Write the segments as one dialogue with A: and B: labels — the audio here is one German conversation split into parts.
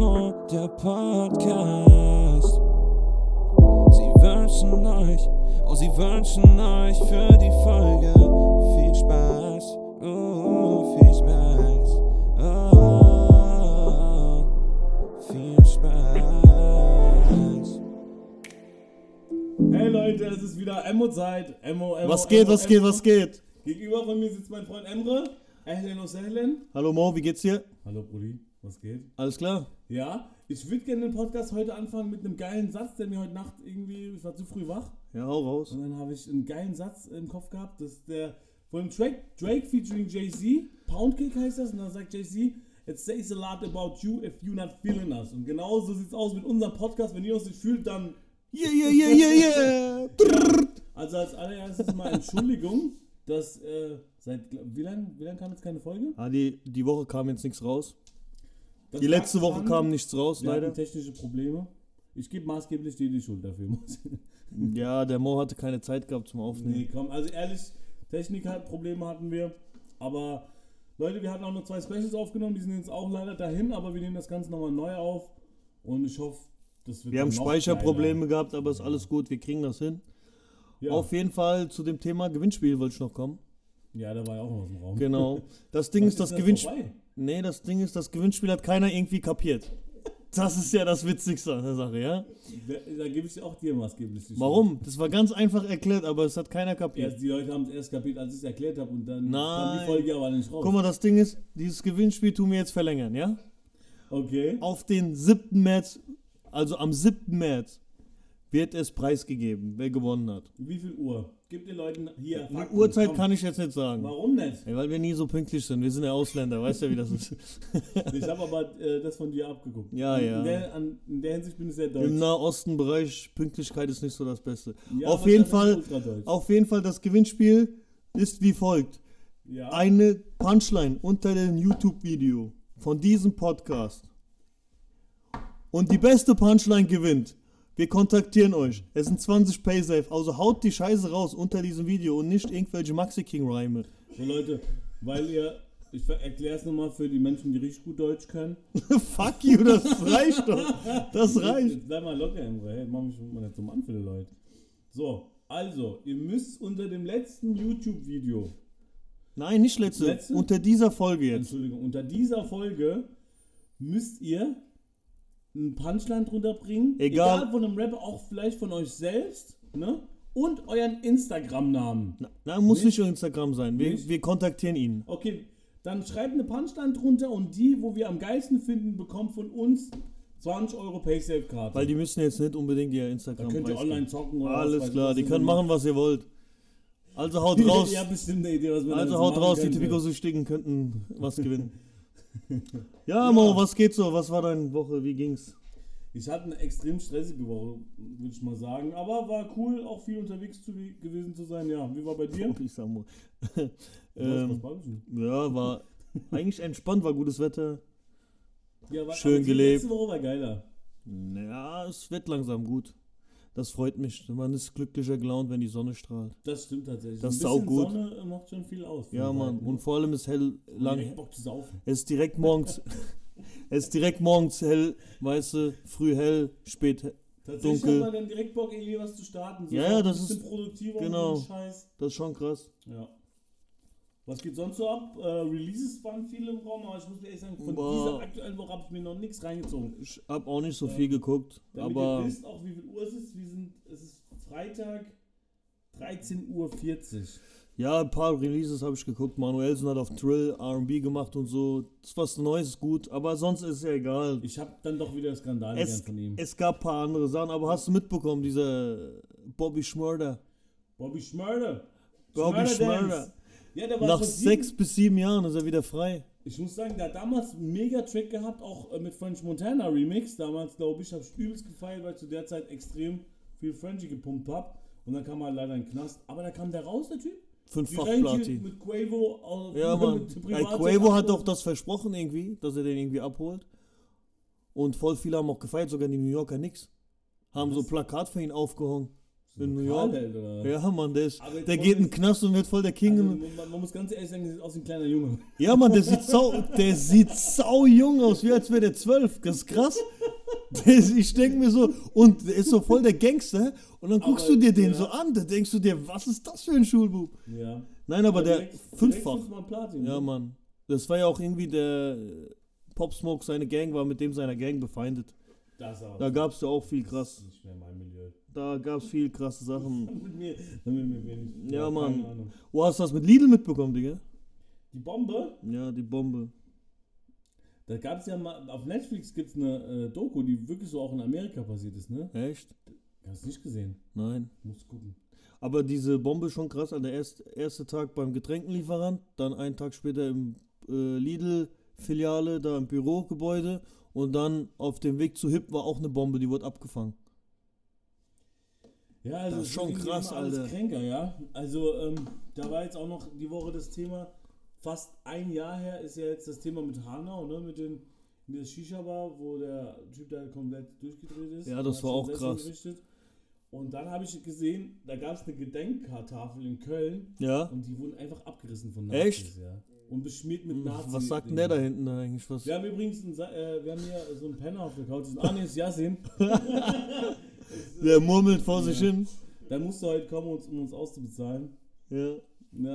A: der Podcast. Sie wünschen euch, oh, sie wünschen euch für die Folge viel Spaß. Uh, viel Spaß. Oh, viel Spaß.
B: Hey Leute, es ist wieder Emmo-Zeit. Emmo, Emmo,
C: Was geht,
B: Emmo,
C: was geht,
B: Emmo.
C: was geht?
B: Gegenüber von mir sitzt mein Freund Emre. Ehlen und Sehlen.
C: Hallo Mo, wie geht's dir?
B: Hallo Brudi, was geht?
C: Alles klar?
B: Ja, ich würde gerne den Podcast heute anfangen mit einem geilen Satz, der mir heute Nacht irgendwie, ich war zu früh wach.
C: Ja, hau raus.
B: Und dann habe ich einen geilen Satz im Kopf gehabt, dass der von Drake, Drake featuring Jay-Z, Poundcake heißt das, und dann sagt Jay-Z, It says a lot about you if you're not feeling us. Und genau so sieht's aus mit unserem Podcast. Wenn ihr uns nicht fühlt, dann
C: Yeah, yeah, yeah, yeah, yeah. Trrr.
B: Also als allererstes mal Entschuldigung, dass äh, seit wie lange wie lang kam jetzt keine Folge?
C: ah, die, die Woche kam jetzt nichts raus.
B: Das
C: Die
B: lag
C: letzte Woche
B: dran,
C: kam nichts raus,
B: wir hatten
C: leider.
B: technische Probleme. Ich gebe maßgeblich dir die Schuld dafür. muss ich-
C: Ja, der Mo hatte keine Zeit gehabt zum
B: nee,
C: Aufnehmen.
B: komm, also ehrlich, Technik hat Probleme hatten wir, aber Leute, wir hatten auch noch zwei Specials aufgenommen, die sind jetzt auch leider dahin, aber wir nehmen das Ganze nochmal neu auf und ich hoffe, das wird
C: Wir haben
B: noch
C: Speicherprobleme gehabt, aber ist alles gut, wir kriegen das hin.
B: geiler. Ja.
C: Auf jeden Fall zu dem Thema Gewinnspiel wollte ich noch kommen.
B: ja, da war ja auch noch was im Raum.
C: Genau. Das Ding
B: Was
C: ist, das
B: denn
C: Gewinnspiel.
B: vorbei?
C: Nee, das Ding ist, das Gewinnspiel hat keiner irgendwie kapiert. Das ist ja das Witzigste an der Sache, ja?
B: Da, da gebe ich auch dir maßgeblich die Schuld.
C: Warum? Das war ganz einfach erklärt, aber es hat keiner
B: Ja,
C: kapiert.
B: die Leute haben es erst kapiert, als ich es erklärt habe und dann kam die
C: Nein.
B: Folge aber nicht raus.
C: Guck mal, das Ding ist, dieses Gewinnspiel tun wir jetzt verlängern, ja?
B: Okay.
C: Auf den 7. März, also am 7. März, wird es preisgegeben, wer gewonnen hat.
B: Wie viel Uhr? Gib den Leuten hier.
C: Die
B: Fakten.
C: Uhrzeit
B: Komm.
C: kann ich jetzt nicht sagen.
B: Warum nicht?
C: Ey, weil wir nie so pünktlich sind. Wir sind ja Ausländer, weißt ja, wie das ist.
B: Ich habe aber äh, das von dir abgeguckt.
C: Ja,
B: in,
C: ja.
B: In der, an, in der Hinsicht bin ich sehr deutsch.
C: Im Nahostenbereich Pünktlichkeit ist nicht so das Beste.
B: Ja,
C: auf
B: aber
C: jeden
B: das ist
C: Fall,
B: ultradeutsch.
C: auf jeden Fall, das Gewinnspiel ist wie folgt.
B: ja.
C: Eine Punchline unter dem YouTube-Video von diesem Podcast. Und die beste Punchline gewinnt. Wir kontaktieren euch. Es sind 20 Paysafe. Also haut die Scheiße raus unter diesem Video und nicht irgendwelche Maxi King-Reime.
B: So Leute, weil ihr. Ich erkläre es nochmal für die Menschen, die richtig gut Deutsch können.
C: Fuck you, das reicht doch. Das reicht.
B: Jetzt Bleib mal locker, Emre. Hey, mach mich mal nicht zum Anfälle, Leute. So, also, ihr müsst unter dem letzten YouTube-Video
C: Nein, nicht letzte.
B: Letzte?
C: Unter dieser Folge jetzt.
B: Entschuldigung, unter dieser Folge müsst ihr ein Punchline drunter bringen.
C: Egal.
B: von einem Rapper, auch vielleicht von euch selbst, ne? Und euren Instagram-Namen.
C: Na- Nein, muss
B: Nicht?
C: nicht auf Instagram sein. Wir,
B: Nicht?
C: wir kontaktieren ihn.
B: Okay, dann schreibt eine Punchline drunter und die, wo wir am geilsten finden, bekommt von uns 20 Euro Paysafe-Karte.
C: Weil die müssen jetzt nicht unbedingt ihr Instagram
B: da könnt ihr
C: preisgeben.
B: online zocken oder was weiß
C: Alles
B: ich,
C: klar,
B: was
C: die
B: ihr
C: können
B: so
C: machen, was ihr wollt. Also haut raus.
B: Ihr habt bestimmt eine Idee, was man
C: Also
B: damit
C: haut
B: machen
C: raus, die
B: könnte.
C: Typico-Süchtigen könnten was gewinnen. ja, Mo, was geht so? Was war deine Woche? Wie ging's?
B: Ich hatte eine extrem stressige Woche, würde ich mal sagen. Aber war cool, auch viel unterwegs zu, gewesen zu sein. Ja, wie war bei dir?
C: Ich sag mal.
B: Was- was
C: ähm,
B: war das denn?
C: ja, war eigentlich entspannt, war gutes Wetter.
B: Ja, war-
C: schön
B: aber die
C: gelebt.
B: Letzte Woche war geiler.
C: Ja, es wird langsam gut. Das freut mich. Man ist glücklicher gelaunt, wenn die Sonne strahlt.
B: Das stimmt tatsächlich.
C: Das
B: Ein
C: ist auch
B: bisschen
C: gut.
B: Sonne äh, macht schon viel aus.
C: Ja, Mann. Und vor allem ist hell
B: lang.
C: lang.
B: Bock zu saufen.
C: Es ist direkt morgens. es ist direkt morgens hell, weißt du, früh hell, spät hell.
B: Tatsächlich
C: Dunkel.
B: hat man dann direkt Bock, irgendwie was zu starten.
C: Ja,
B: ein
C: ja, das
B: bisschen
C: ist-
B: produktiver
C: genau.
B: und so ein Scheiß.
C: Das ist schon krass.
B: Ja. Was geht sonst so ab? Äh, Releases waren viele im Raum, aber ich muss ehrlich sagen, von
C: Boah.
B: dieser aktuellen Woche habe ich mir noch nichts reingezogen.
C: Ich hab auch nicht so viel geguckt,
B: Damit ihr
C: aber
B: wisst auch, wie viel Uhr es ist, wir sind, es ist Freitag, 13.40 Uhr.
C: ja, ein paar Releases habe ich geguckt. Manuelsen hat auf Trill R&B gemacht und so. Das ist was Neues, ist gut, aber sonst ist ja egal.
B: Ich habe dann doch wieder Skandal
C: Es,
B: gelernt von ihm.
C: es gab ein paar andere Sachen, aber hast du mitbekommen, dieser Bobby Schmörder?
B: Bobby Schmörder.
C: Bobby
B: Schmörder.
C: Schmörder.
B: Ja, der war
C: Nach
B: vor
C: sechs bis sieben Jahren ist er wieder frei.
B: Ich muss sagen, der hat damals einen Mega-Track gehabt, auch äh, mit French Montana Remix. Damals, glaube ich, habe ich übelst gefeiert, weil ich zu der Zeit extrem viel Frenchy gepumpt habe. Und dann kam er leider in den Knast. Aber da kam der raus, der Typ. Die
C: Fünffach
B: Renke
C: Platin.
B: mit Quavo. auf-
C: Ja, Mann.
B: mit
C: Ey,
B: Privatjet
C: Quavo hat
B: abholen.
C: doch das versprochen irgendwie, dass er den irgendwie abholt. Und voll viele haben auch gefeiert, sogar die New Yorker Knicks. Haben so Plakat für ihn aufgehangen. In New York.
B: Karl, oder?
C: Ja, Mann, der, ist,
B: Aber
C: der
B: voll-
C: geht in den Knast und wird voll der King.
B: Also, man, man muss ganz ehrlich sagen, der sieht aus wie ein kleiner Junge.
C: ja, Mann, der sieht, sau, der sieht sau jung aus, wie als wäre der zwölf. Das ist krass. Ich denke mir so, und der ist so voll der Gangster. Und dann guckst
B: Aber,
C: du dir den
B: ja.
C: so an, da denkst du dir, was ist das für ein Schulbub?
B: Ja. Also
C: Nein, aber der fünffach.
B: Mal Platin,
C: Ja,
B: ne?
C: Mann. Das war ja auch irgendwie der äh, Pop Smoke, seine Gang war mit dem seiner Gang befeindet.
B: Das aber.
C: Da gab's ja auch viel
B: Das
C: krass.
B: ist nicht mehr mein Milieu.
C: Da gab's viel krasse Sachen.
B: Mit mir, damit mir wenig.
C: Ja, Mann.
B: keine Ahnung.
C: Oh, hast du das mit Lidl mitbekommen, Digga?
B: Die Bombe,
C: Ja, die Bombe.
B: da gab es ja mal, auf Netflix gibt es eine äh, Doku, die wirklich so auch in Amerika passiert ist, ne?
C: Echt?
B: Hast du nicht gesehen?
C: Nein.
B: Muss gucken.
C: Aber diese Bombe schon krass. An der erst, erste Tag beim Getränkenlieferant, dann einen Tag später im äh, Lidl-Filiale, da im Bürogebäude und dann auf dem Weg zu Hip war auch eine Bombe, die wurde abgefangen.
B: Ja, also
C: Das ist
B: es
C: schon
B: wird irgendwie
C: krass,
B: immer alles
C: Alter.
B: kränker, ja. Also, ähm, da war jetzt auch noch die Woche das Thema, fast ein Jahr her ist ja jetzt das Thema mit Hanau, ne? Mit den in der Shisha-Bar, wo der Typ da komplett durchgedreht ist.
C: Ja, das
B: Hat schon
C: war auch
B: selbst
C: krass.
B: hingerichtet. Und dann habe ich gesehen, da gab es eine Gedenktafel in Köln
C: Ja?
B: und die wurden einfach abgerissen von Nazis,
C: Echt? Hm,
B: ja. Und beschmiert mit Nazis.
C: Was sagt denn der da hinten da eigentlich? Was?
B: Wir haben übrigens einen, Sa- äh, wir haben hier so einen Penner auf der Couch, diesen Anis Yassin.
C: Der murmelt vor sich
B: Ja.
C: hin.
B: Der musste heute kommen, uns- um uns auszubezahlen.
C: Ja.
B: Ja,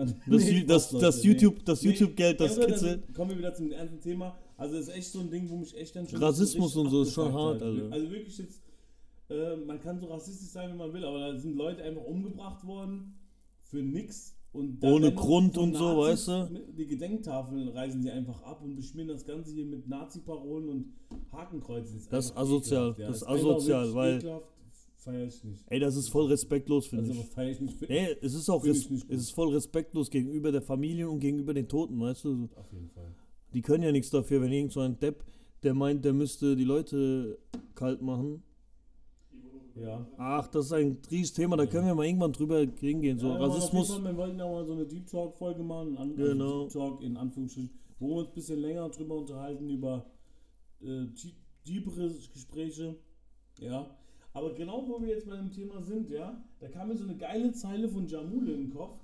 C: Das,
B: nee,
C: Ju- das,
B: Leute,
C: das
B: nee.
C: YouTube, das
B: Nee,
C: YouTube-Geld, das
B: aber dann
C: kitzelt.
B: Kommen wir wieder zum ersten Thema. Also das ist echt so ein Ding, wo mich echt dann schon...
C: Rassismus
B: richtig
C: und so ist schon
B: abgefuckt
C: hart,
B: hat.
C: Alter.
B: Also wirklich jetzt, äh, man kann so rassistisch sein, wie man will, aber da sind Leute einfach umgebracht worden für nix. Und da
C: Ohne
B: werden noch
C: Grund
B: von
C: und so,
B: Nazis
C: weißt du?
B: mit- Die Gedenktafeln reißen sie einfach ab und beschmieren das Ganze hier mit Nazi-Parolen und Hakenkreuzen.
C: Das ist
B: einfach
C: asozial,
B: ekelhaft,
C: das ist
B: einfach
C: asozial,
B: wirklich
C: weil-
B: Ekelhaft, feier ich nicht.
C: Ey, das ist voll respektlos, finde
B: Also
C: ich.
B: feier ich nicht.
C: Ey, es ist auch
B: Find ich
C: res
B: nicht gut.
C: es ist voll respektlos gegenüber der Familie und gegenüber den Toten, weißt du? So,
B: Auf jeden Fall.
C: Die können ja nichts dafür, wenn irgend so ein Depp, der meint, der müsste die Leute kalt machen.
B: Ja.
C: Ach, das ist ein riesiges Thema, da können wir mal irgendwann drüber hingehen. So,
B: Ja, wir wollen auf jeden
C: Rassismus.
B: Fall- Wir wollten ja mal so eine Deep Talk-Folge machen, an, also
C: Genau.
B: Deep Talk in Anführungsstrichen, wo wir uns ein bisschen länger drüber unterhalten, über äh, tie- tiefere Gespräche. Ja. Aber genau wo wir jetzt bei dem Thema sind, ja, da kam mir so eine geile Zeile von Jamule in den Kopf.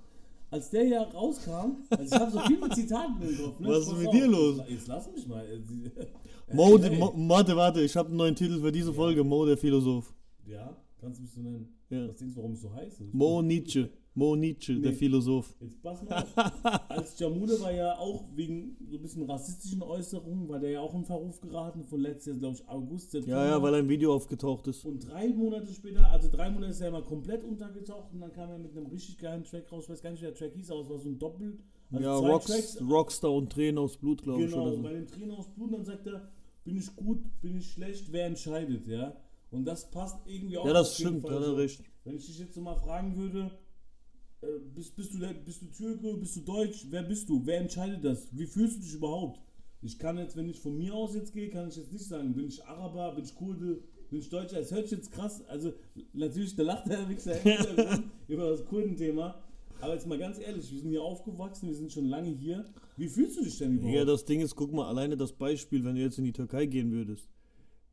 B: Als der ja rauskam, also ich habe so viele Zitaten im Kopf. Ne?
C: Was ist
B: Pass
C: mit
B: auf.
C: dir los?
B: Jetzt lass mich mal. äh,
C: Mode,
B: Ey.
C: Mo warte, warte, ich habe einen neuen Titel für diese Folge. Mo, der Philosoph.
B: Ja, kannst du mich so nennen.
C: Ja.
B: Was denkst du, warum es so heiß ist?
C: Mo Nietzsche. Mo Nietzsche, der
B: Nee.
C: Philosoph.
B: Jetzt pass mal auf. Als Jamule war ja auch wegen so ein bisschen rassistischen Äußerungen, war der ja auch in Verruf geraten von letztes Jahr, glaube ich, August, September.
C: Ja, ja, weil ein Video aufgetaucht ist.
B: Und drei Monate später, also drei Monate ist er mal komplett untergetaucht und dann kam er mit einem richtig geilen Track raus, ich weiß gar nicht, wie der Track hieß, aber es war so ein Doppel. Also
C: ja,
B: zwei
C: Rocks,
B: Tracks.
C: Rockstar und Tränen aus Blut, glaube ich.
B: Genau,
C: Oder so.
B: bei den Tränen aus Blut, dann sagt er, bin ich gut, bin ich schlecht, wer entscheidet, ja. Und das passt irgendwie auch
C: Ja,
B: auf
C: das
B: jeden
C: stimmt,
B: Fall
C: da hat
B: so.
C: er recht.
B: Wenn ich dich jetzt so mal fragen würde, äh, bist, bist, du, der- bist du Türke, bist du Deutsch, wer bist du? Wer entscheidet das? Wie fühlst du dich überhaupt? Ich kann jetzt, wenn ich von mir aus jetzt gehe, kann ich jetzt nicht sagen, bin ich Araber, bin ich Kurde, bin ich Deutscher. Es hört sich jetzt krass, also natürlich, da lacht der Wichser im Hintergrund über das Kurdenthema. Aber jetzt mal ganz ehrlich, wir sind hier aufgewachsen, wir sind schon lange hier. Wie fühlst du dich denn überhaupt?
C: Ja, das Ding ist, guck mal, alleine das Beispiel, wenn du jetzt in die Türkei gehen würdest.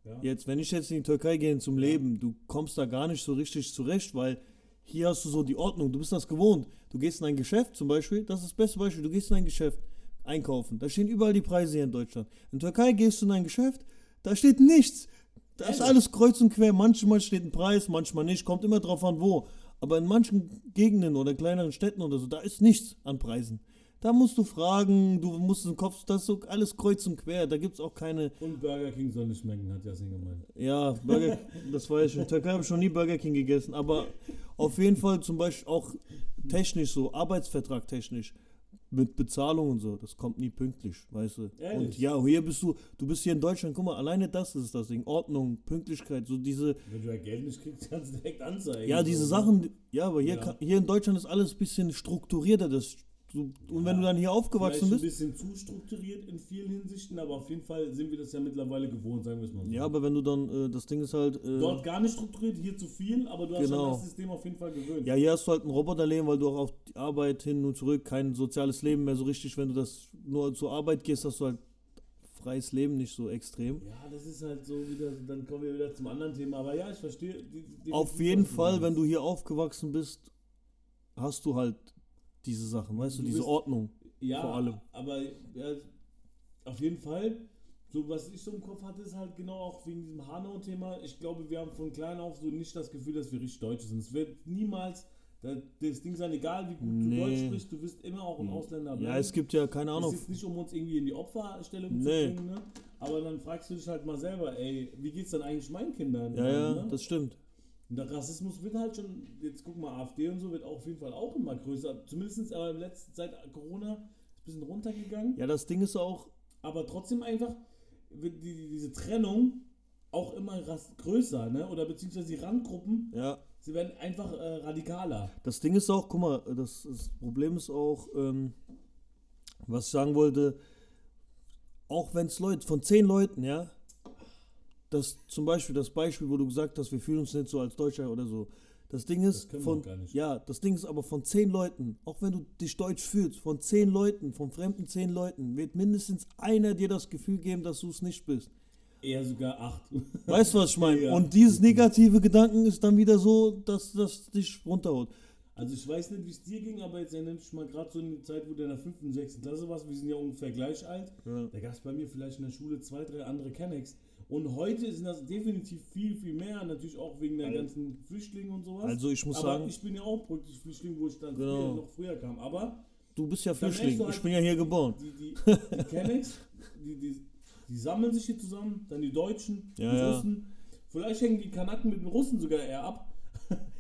B: Ja.
C: Jetzt, wenn ich jetzt in die Türkei gehe zum Leben, du kommst da gar nicht so richtig zurecht, weil hier hast du so die Ordnung, du bist das gewohnt. Du gehst in ein Geschäft zum Beispiel, das ist das beste Beispiel, du gehst in ein Geschäft einkaufen, da stehen überall die Preise hier in Deutschland. In der Türkei gehst du in ein Geschäft, da steht nichts. Da ist
B: Ehrlich?
C: alles kreuz und quer, manchmal steht ein Preis, manchmal nicht, kommt immer drauf an wo. Aber in manchen Gegenden oder kleineren Städten oder so, da ist nichts an Preisen. Da musst du fragen, du musst den Kopf, das ist so alles kreuz und quer, da gibt es auch keine
B: Und Burger King soll nicht schmecken, hat Jasin gemeint.
C: ja, Burger, das war ja schon. In der Türkei habe ich schon nie Burger King gegessen, aber auf jeden Fall zum Beispiel auch technisch so, Arbeitsvertrag technisch, mit Bezahlung und so, das kommt nie pünktlich, weißt du.
B: Ehrlich?
C: Und ja, hier bist du, du bist hier in Deutschland, guck mal, alleine das ist das Ding, Ordnung, Pünktlichkeit, so diese,
B: Wenn du ja Geld nicht kriegst, kannst du direkt anzeigen.
C: ja, diese
B: So.
C: Sachen, die- ja, aber hier,
B: Ja.
C: kann- hier in Deutschland ist alles ein bisschen strukturierter, das, du, und wenn du dann hier aufgewachsen
B: Vielleicht
C: bist,
B: ein bisschen zu strukturiert in vielen Hinsichten, aber auf jeden Fall sind wir das ja mittlerweile gewohnt, sagen wir es mal so.
C: ja, aber wenn du dann, äh, das Ding ist halt, äh,
B: Dort gar nicht strukturiert, hier zu viel, aber du hast
C: Genau.
B: schon das System auf jeden Fall gewöhnt.
C: Ja, hier hast du halt ein Roboterleben, weil du auch auf die Arbeit hin und zurück kein soziales Leben mehr so richtig, wenn du das nur zur Arbeit gehst, hast du halt freies Leben nicht so extrem.
B: Ja, das ist halt so wieder, dann kommen wir wieder zum anderen Thema, aber ja, ich verstehe. die- die-
C: Auf
B: die-
C: jeden
B: was
C: Fall,
B: meinst.
C: wenn du hier aufgewachsen bist, hast du halt diese Sachen, weißt du,
B: Du
C: diese
B: bist-
C: Ordnung.
B: ja,
C: vor allem.
B: Aber ja, auf jeden Fall So, was ich so im Kopf hatte, ist halt genau auch wegen diesem Hanau-Thema. Ich glaube, wir haben von klein auf so nicht das Gefühl, dass wir richtig Deutsche sind. Es wird niemals da- das Ding sein, egal wie gut
C: Nee. Hm.
B: du Deutsch sprichst, du wirst immer auch ein Ausländer bleiben.
C: Ja, es gibt ja keine
B: Es ist
C: Ahnung.
B: jetzt nicht, um uns irgendwie in die Opferstellung
C: Nee.
B: zu bringen, ne? aber dann fragst du dich halt mal selber, ey, wie geht's denn eigentlich meinen Kindern?
C: Ja, ja,
B: ne?
C: das stimmt.
B: Und der Rassismus wird halt schon, jetzt guck mal, AfD und so wird auch auf jeden Fall auch immer größer. äh, Zumindest aber im letzten, seit Corona ist ein bisschen runtergegangen.
C: Ja, das Ding ist auch,
B: Aber trotzdem einfach wird die, diese Trennung auch immer ras- größer, ne? Oder beziehungsweise die Randgruppen,
C: ja,
B: sie werden einfach äh, radikaler.
C: Das Ding ist auch, guck mal, das, das Problem ist auch, ähm, was ich sagen wollte, auch wenn es Leute, von zehn Leuten, ja, das zum Beispiel, das Beispiel, wo du gesagt hast, wir fühlen uns nicht so als Deutscher oder so. Das Ding ist,
B: können wir
C: von,
B: auch gar nicht.
C: ja, das Ding ist aber von zehn Leuten, auch wenn du dich deutsch fühlst, von zehn Leuten, von fremden zehn Leuten, wird mindestens einer dir das Gefühl geben, dass du es nicht bist.
B: Eher sogar acht.
C: Weißt du, was ich meine?
B: Ja.
C: Und dieses negative Gedanken ist dann wieder so, dass das dich runterhaut.
B: Also ich weiß nicht, wie es dir ging, aber jetzt erinnere ich mal gerade so eine Zeit, wo du in der fünften, sechsten Klasse warst. Wir sind ja ungefähr gleich alt.
C: Ja.
B: Da gab es bei mir vielleicht in der Schule zwei, drei andere Kennex. Und heute sind das definitiv viel, viel mehr. Natürlich auch wegen der ganzen Flüchtlinge und sowas.
C: Also ich muss
B: aber
C: sagen-
B: ich bin ja auch praktisch Flüchtling, wo ich dann
C: Genau.
B: früher, noch früher kam. Aber
C: Du bist ja
B: merkst
C: Flüchtling.
B: du halt-
C: Ich bin ja hier geboren.
B: die, die, die Kennex, die, die, die sammeln sich hier zusammen, dann die Deutschen,
C: Ja,
B: die
C: ja.
B: Russen. Vielleicht hängen die Kanaken mit den Russen sogar eher ab.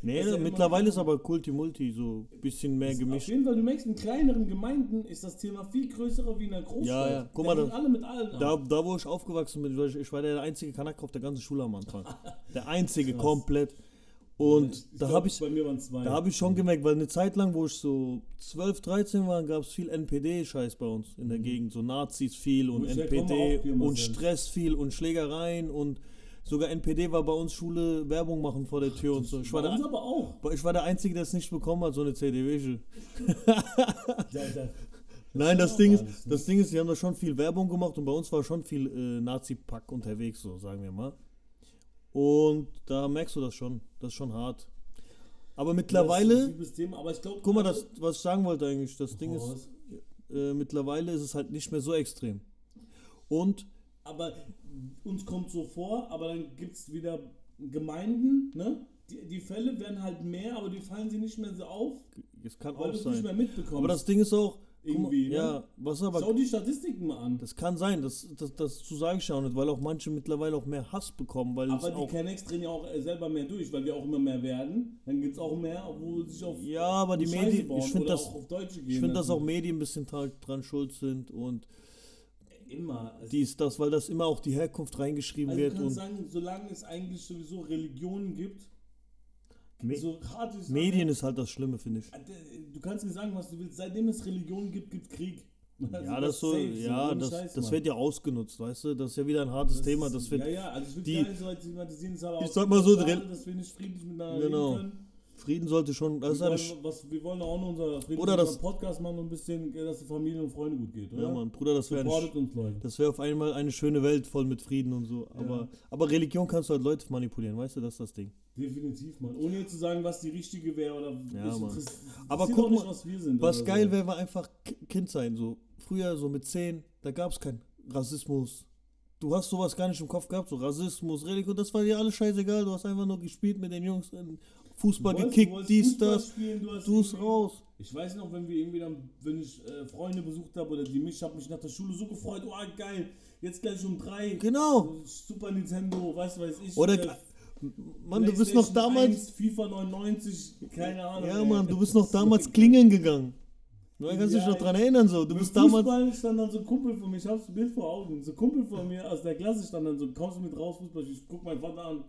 C: Nee,
B: Ist ja immer-
C: mittlerweile ist aber Kulti-Multi so ein bisschen mehr
B: Auf
C: gemischt.
B: jeden Fall, du merkst, in kleineren Gemeinden ist das Thema viel größer wie in einer Großstadt.
C: Ja, ja. Guck
B: Da
C: mal,
B: hängen
C: das-
B: alle mit allen
C: Da,
B: ab.
C: da, wo ich aufgewachsen bin, war ich, ich war der einzige Kanake auf der ganzen Schule am Anfang. Der einzige komplett. Und da
B: glaub,
C: habe ich,
B: Bei mir waren zwei.
C: da hab ich schon gemerkt, weil eine Zeit lang, wo ich so 12, 13 war, gab es viel NPD-Scheiß bei uns in der
B: Mhm.
C: Gegend. So Nazis viel und
B: Wo ich herkomme,
C: NPD
B: auch viel mal
C: und
B: selbst.
C: Stress viel und Schlägereien und sogar NPD war bei uns Schule Werbung machen vor der Tür und so. Ich war,
B: bei uns
C: der,
B: aber auch.
C: ich war der Einzige, der es nicht bekommen hat, so eine CDW.
B: Da, da,
C: Nein, das
B: auch
C: Ding, ist,
B: alles, ne?
C: das Ding ist, die haben da schon viel Werbung gemacht und bei uns war schon viel äh, Nazi-Pack unterwegs, so sagen wir mal. Und da merkst du das schon. Das ist schon hart.
B: Das
C: Aber
B: ist ein
C: mittlerweile,
B: liebes Thema, aber ich glaube.
C: guck mal, das, was ich sagen wollte eigentlich, das Ding ist,
B: Horst,
C: äh, mittlerweile ist es halt nicht mehr so extrem. Und,
B: Aber uns kommt so vor, aber dann gibt es wieder Gemeinden, ne? Die, die Fälle werden halt mehr, aber die fallen sie nicht mehr so auf,
C: es kann
B: weil
C: auch
B: du es nicht mehr
C: sein.
B: mitbekommst.
C: Aber das Ding ist auch, guck mal,
B: Irgendwie, ne?
C: ja, was aber
B: Schau die Statistiken mal an.
C: Das kann sein, das, das, das zu sagen ich auch nicht, weil auch manche mittlerweile auch mehr Hass bekommen, weil es
B: Aber die
C: auch.
B: Kennex drehen ja auch äh, selber mehr durch, weil wir auch immer mehr werden. Dann gibt es auch mehr, obwohl sich auf
C: Ja, aber die
B: Scheiße
C: Medien,
B: bauen
C: ich finde
B: oder
C: das,
B: auch auf Deutsche gehen.
C: Ich finde, dass auch
B: lassen.
C: Medien ein bisschen tra- dran schuld sind und
B: immer. Es-
C: dies, das, weil das immer auch die Herkunft reingeschrieben
B: also
C: wird.
B: du kannst
C: Und
B: sagen, solange es eigentlich sowieso Religionen gibt,
C: Me
B: so hart ist
C: Medien ist halt das Schlimme, finde ich.
B: äh, Du kannst mir sagen, was du willst. Seitdem es Religionen gibt, gibt Krieg. Also
C: ja, das, so,
B: safe,
C: ja,
B: ohne
C: das,
B: Scheiß,
C: das
B: Mann.
C: wird ja ausgenutzt, weißt du? Das ist ja wieder ein hartes Thema.
B: ist-
C: Das wird
B: ja, ja, also ich will
C: die-
B: gar nicht so weit thematisieren, es ist aber
C: Ich
B: auch
C: sag mal so,
B: schade,
C: Drill-
B: dass wir nicht friedlich miteinander
C: Genau.
B: reden können.
C: Frieden sollte schon. Das
B: Wir
C: ist eine Sch-
B: wollen, was, wir wollen auch nur unser friedlichen
C: Oder das-
B: Podcast machen und ein bisschen, äh, dass die Familie und Freunde gut geht, oder?
C: ja, Mann, Bruder, das wäre eine
B: Supportet
C: Sch-
B: uns, Leute.
C: das wäre auf einmal eine schöne Welt voll mit Frieden und so. Aber, aber Religion kannst du halt Leute manipulieren, weißt du? Das ist das Ding.
B: Definitiv, Mann. Ohne jetzt zu sagen, was die richtige wäre oder
C: Ja,
B: mich
C: Mann.
B: interess-
C: Aber
B: interessiert
C: guck
B: auch nicht,
C: mal,
B: was wir sind.
C: Was
B: oder
C: geil
B: so.
C: wäre, war einfach K- Kind sein. So früher, so mit 10, da gab es keinen Rassismus. Du hast sowas gar nicht im Kopf gehabt, so Rassismus, Religion, das war dir alles scheißegal. Du hast einfach nur gespielt mit den Jungs, ähm, Fußball
B: Du wolltest-
C: gekickt,
B: du wolltest
C: dies,
B: Fußball
C: das.
B: Spielen, du hast
C: Du bist
B: irgendwie-
C: raus.
B: Ich weiß noch, wenn wir irgendwie dann, wenn ich äh, Freunde besucht habe oder die mich, ich habe mich nach der Schule so gefreut, oh geil, jetzt gleich um drei.
C: Genau.
B: Super Nintendo, was weiß ich.
C: Oder,
B: äh,
C: Mann, du bist noch
B: PlayStation
C: damals.
B: 1, FIFA 99, keine Ahnung.
C: Ja,
B: ey.
C: Mann, du bist noch damals klingeln gegangen. Du kannst dich
B: Ja,
C: noch dran erinnern, so. Du
B: Mit
C: bist damals.
B: Fußball stand dann so ein Kumpel von mir, ich hab's Bild vor Augen. So ein Kumpel von mir aus der Klasse stand dann so, kommst du mit raus, Fußball, ich guck meinen Vater an.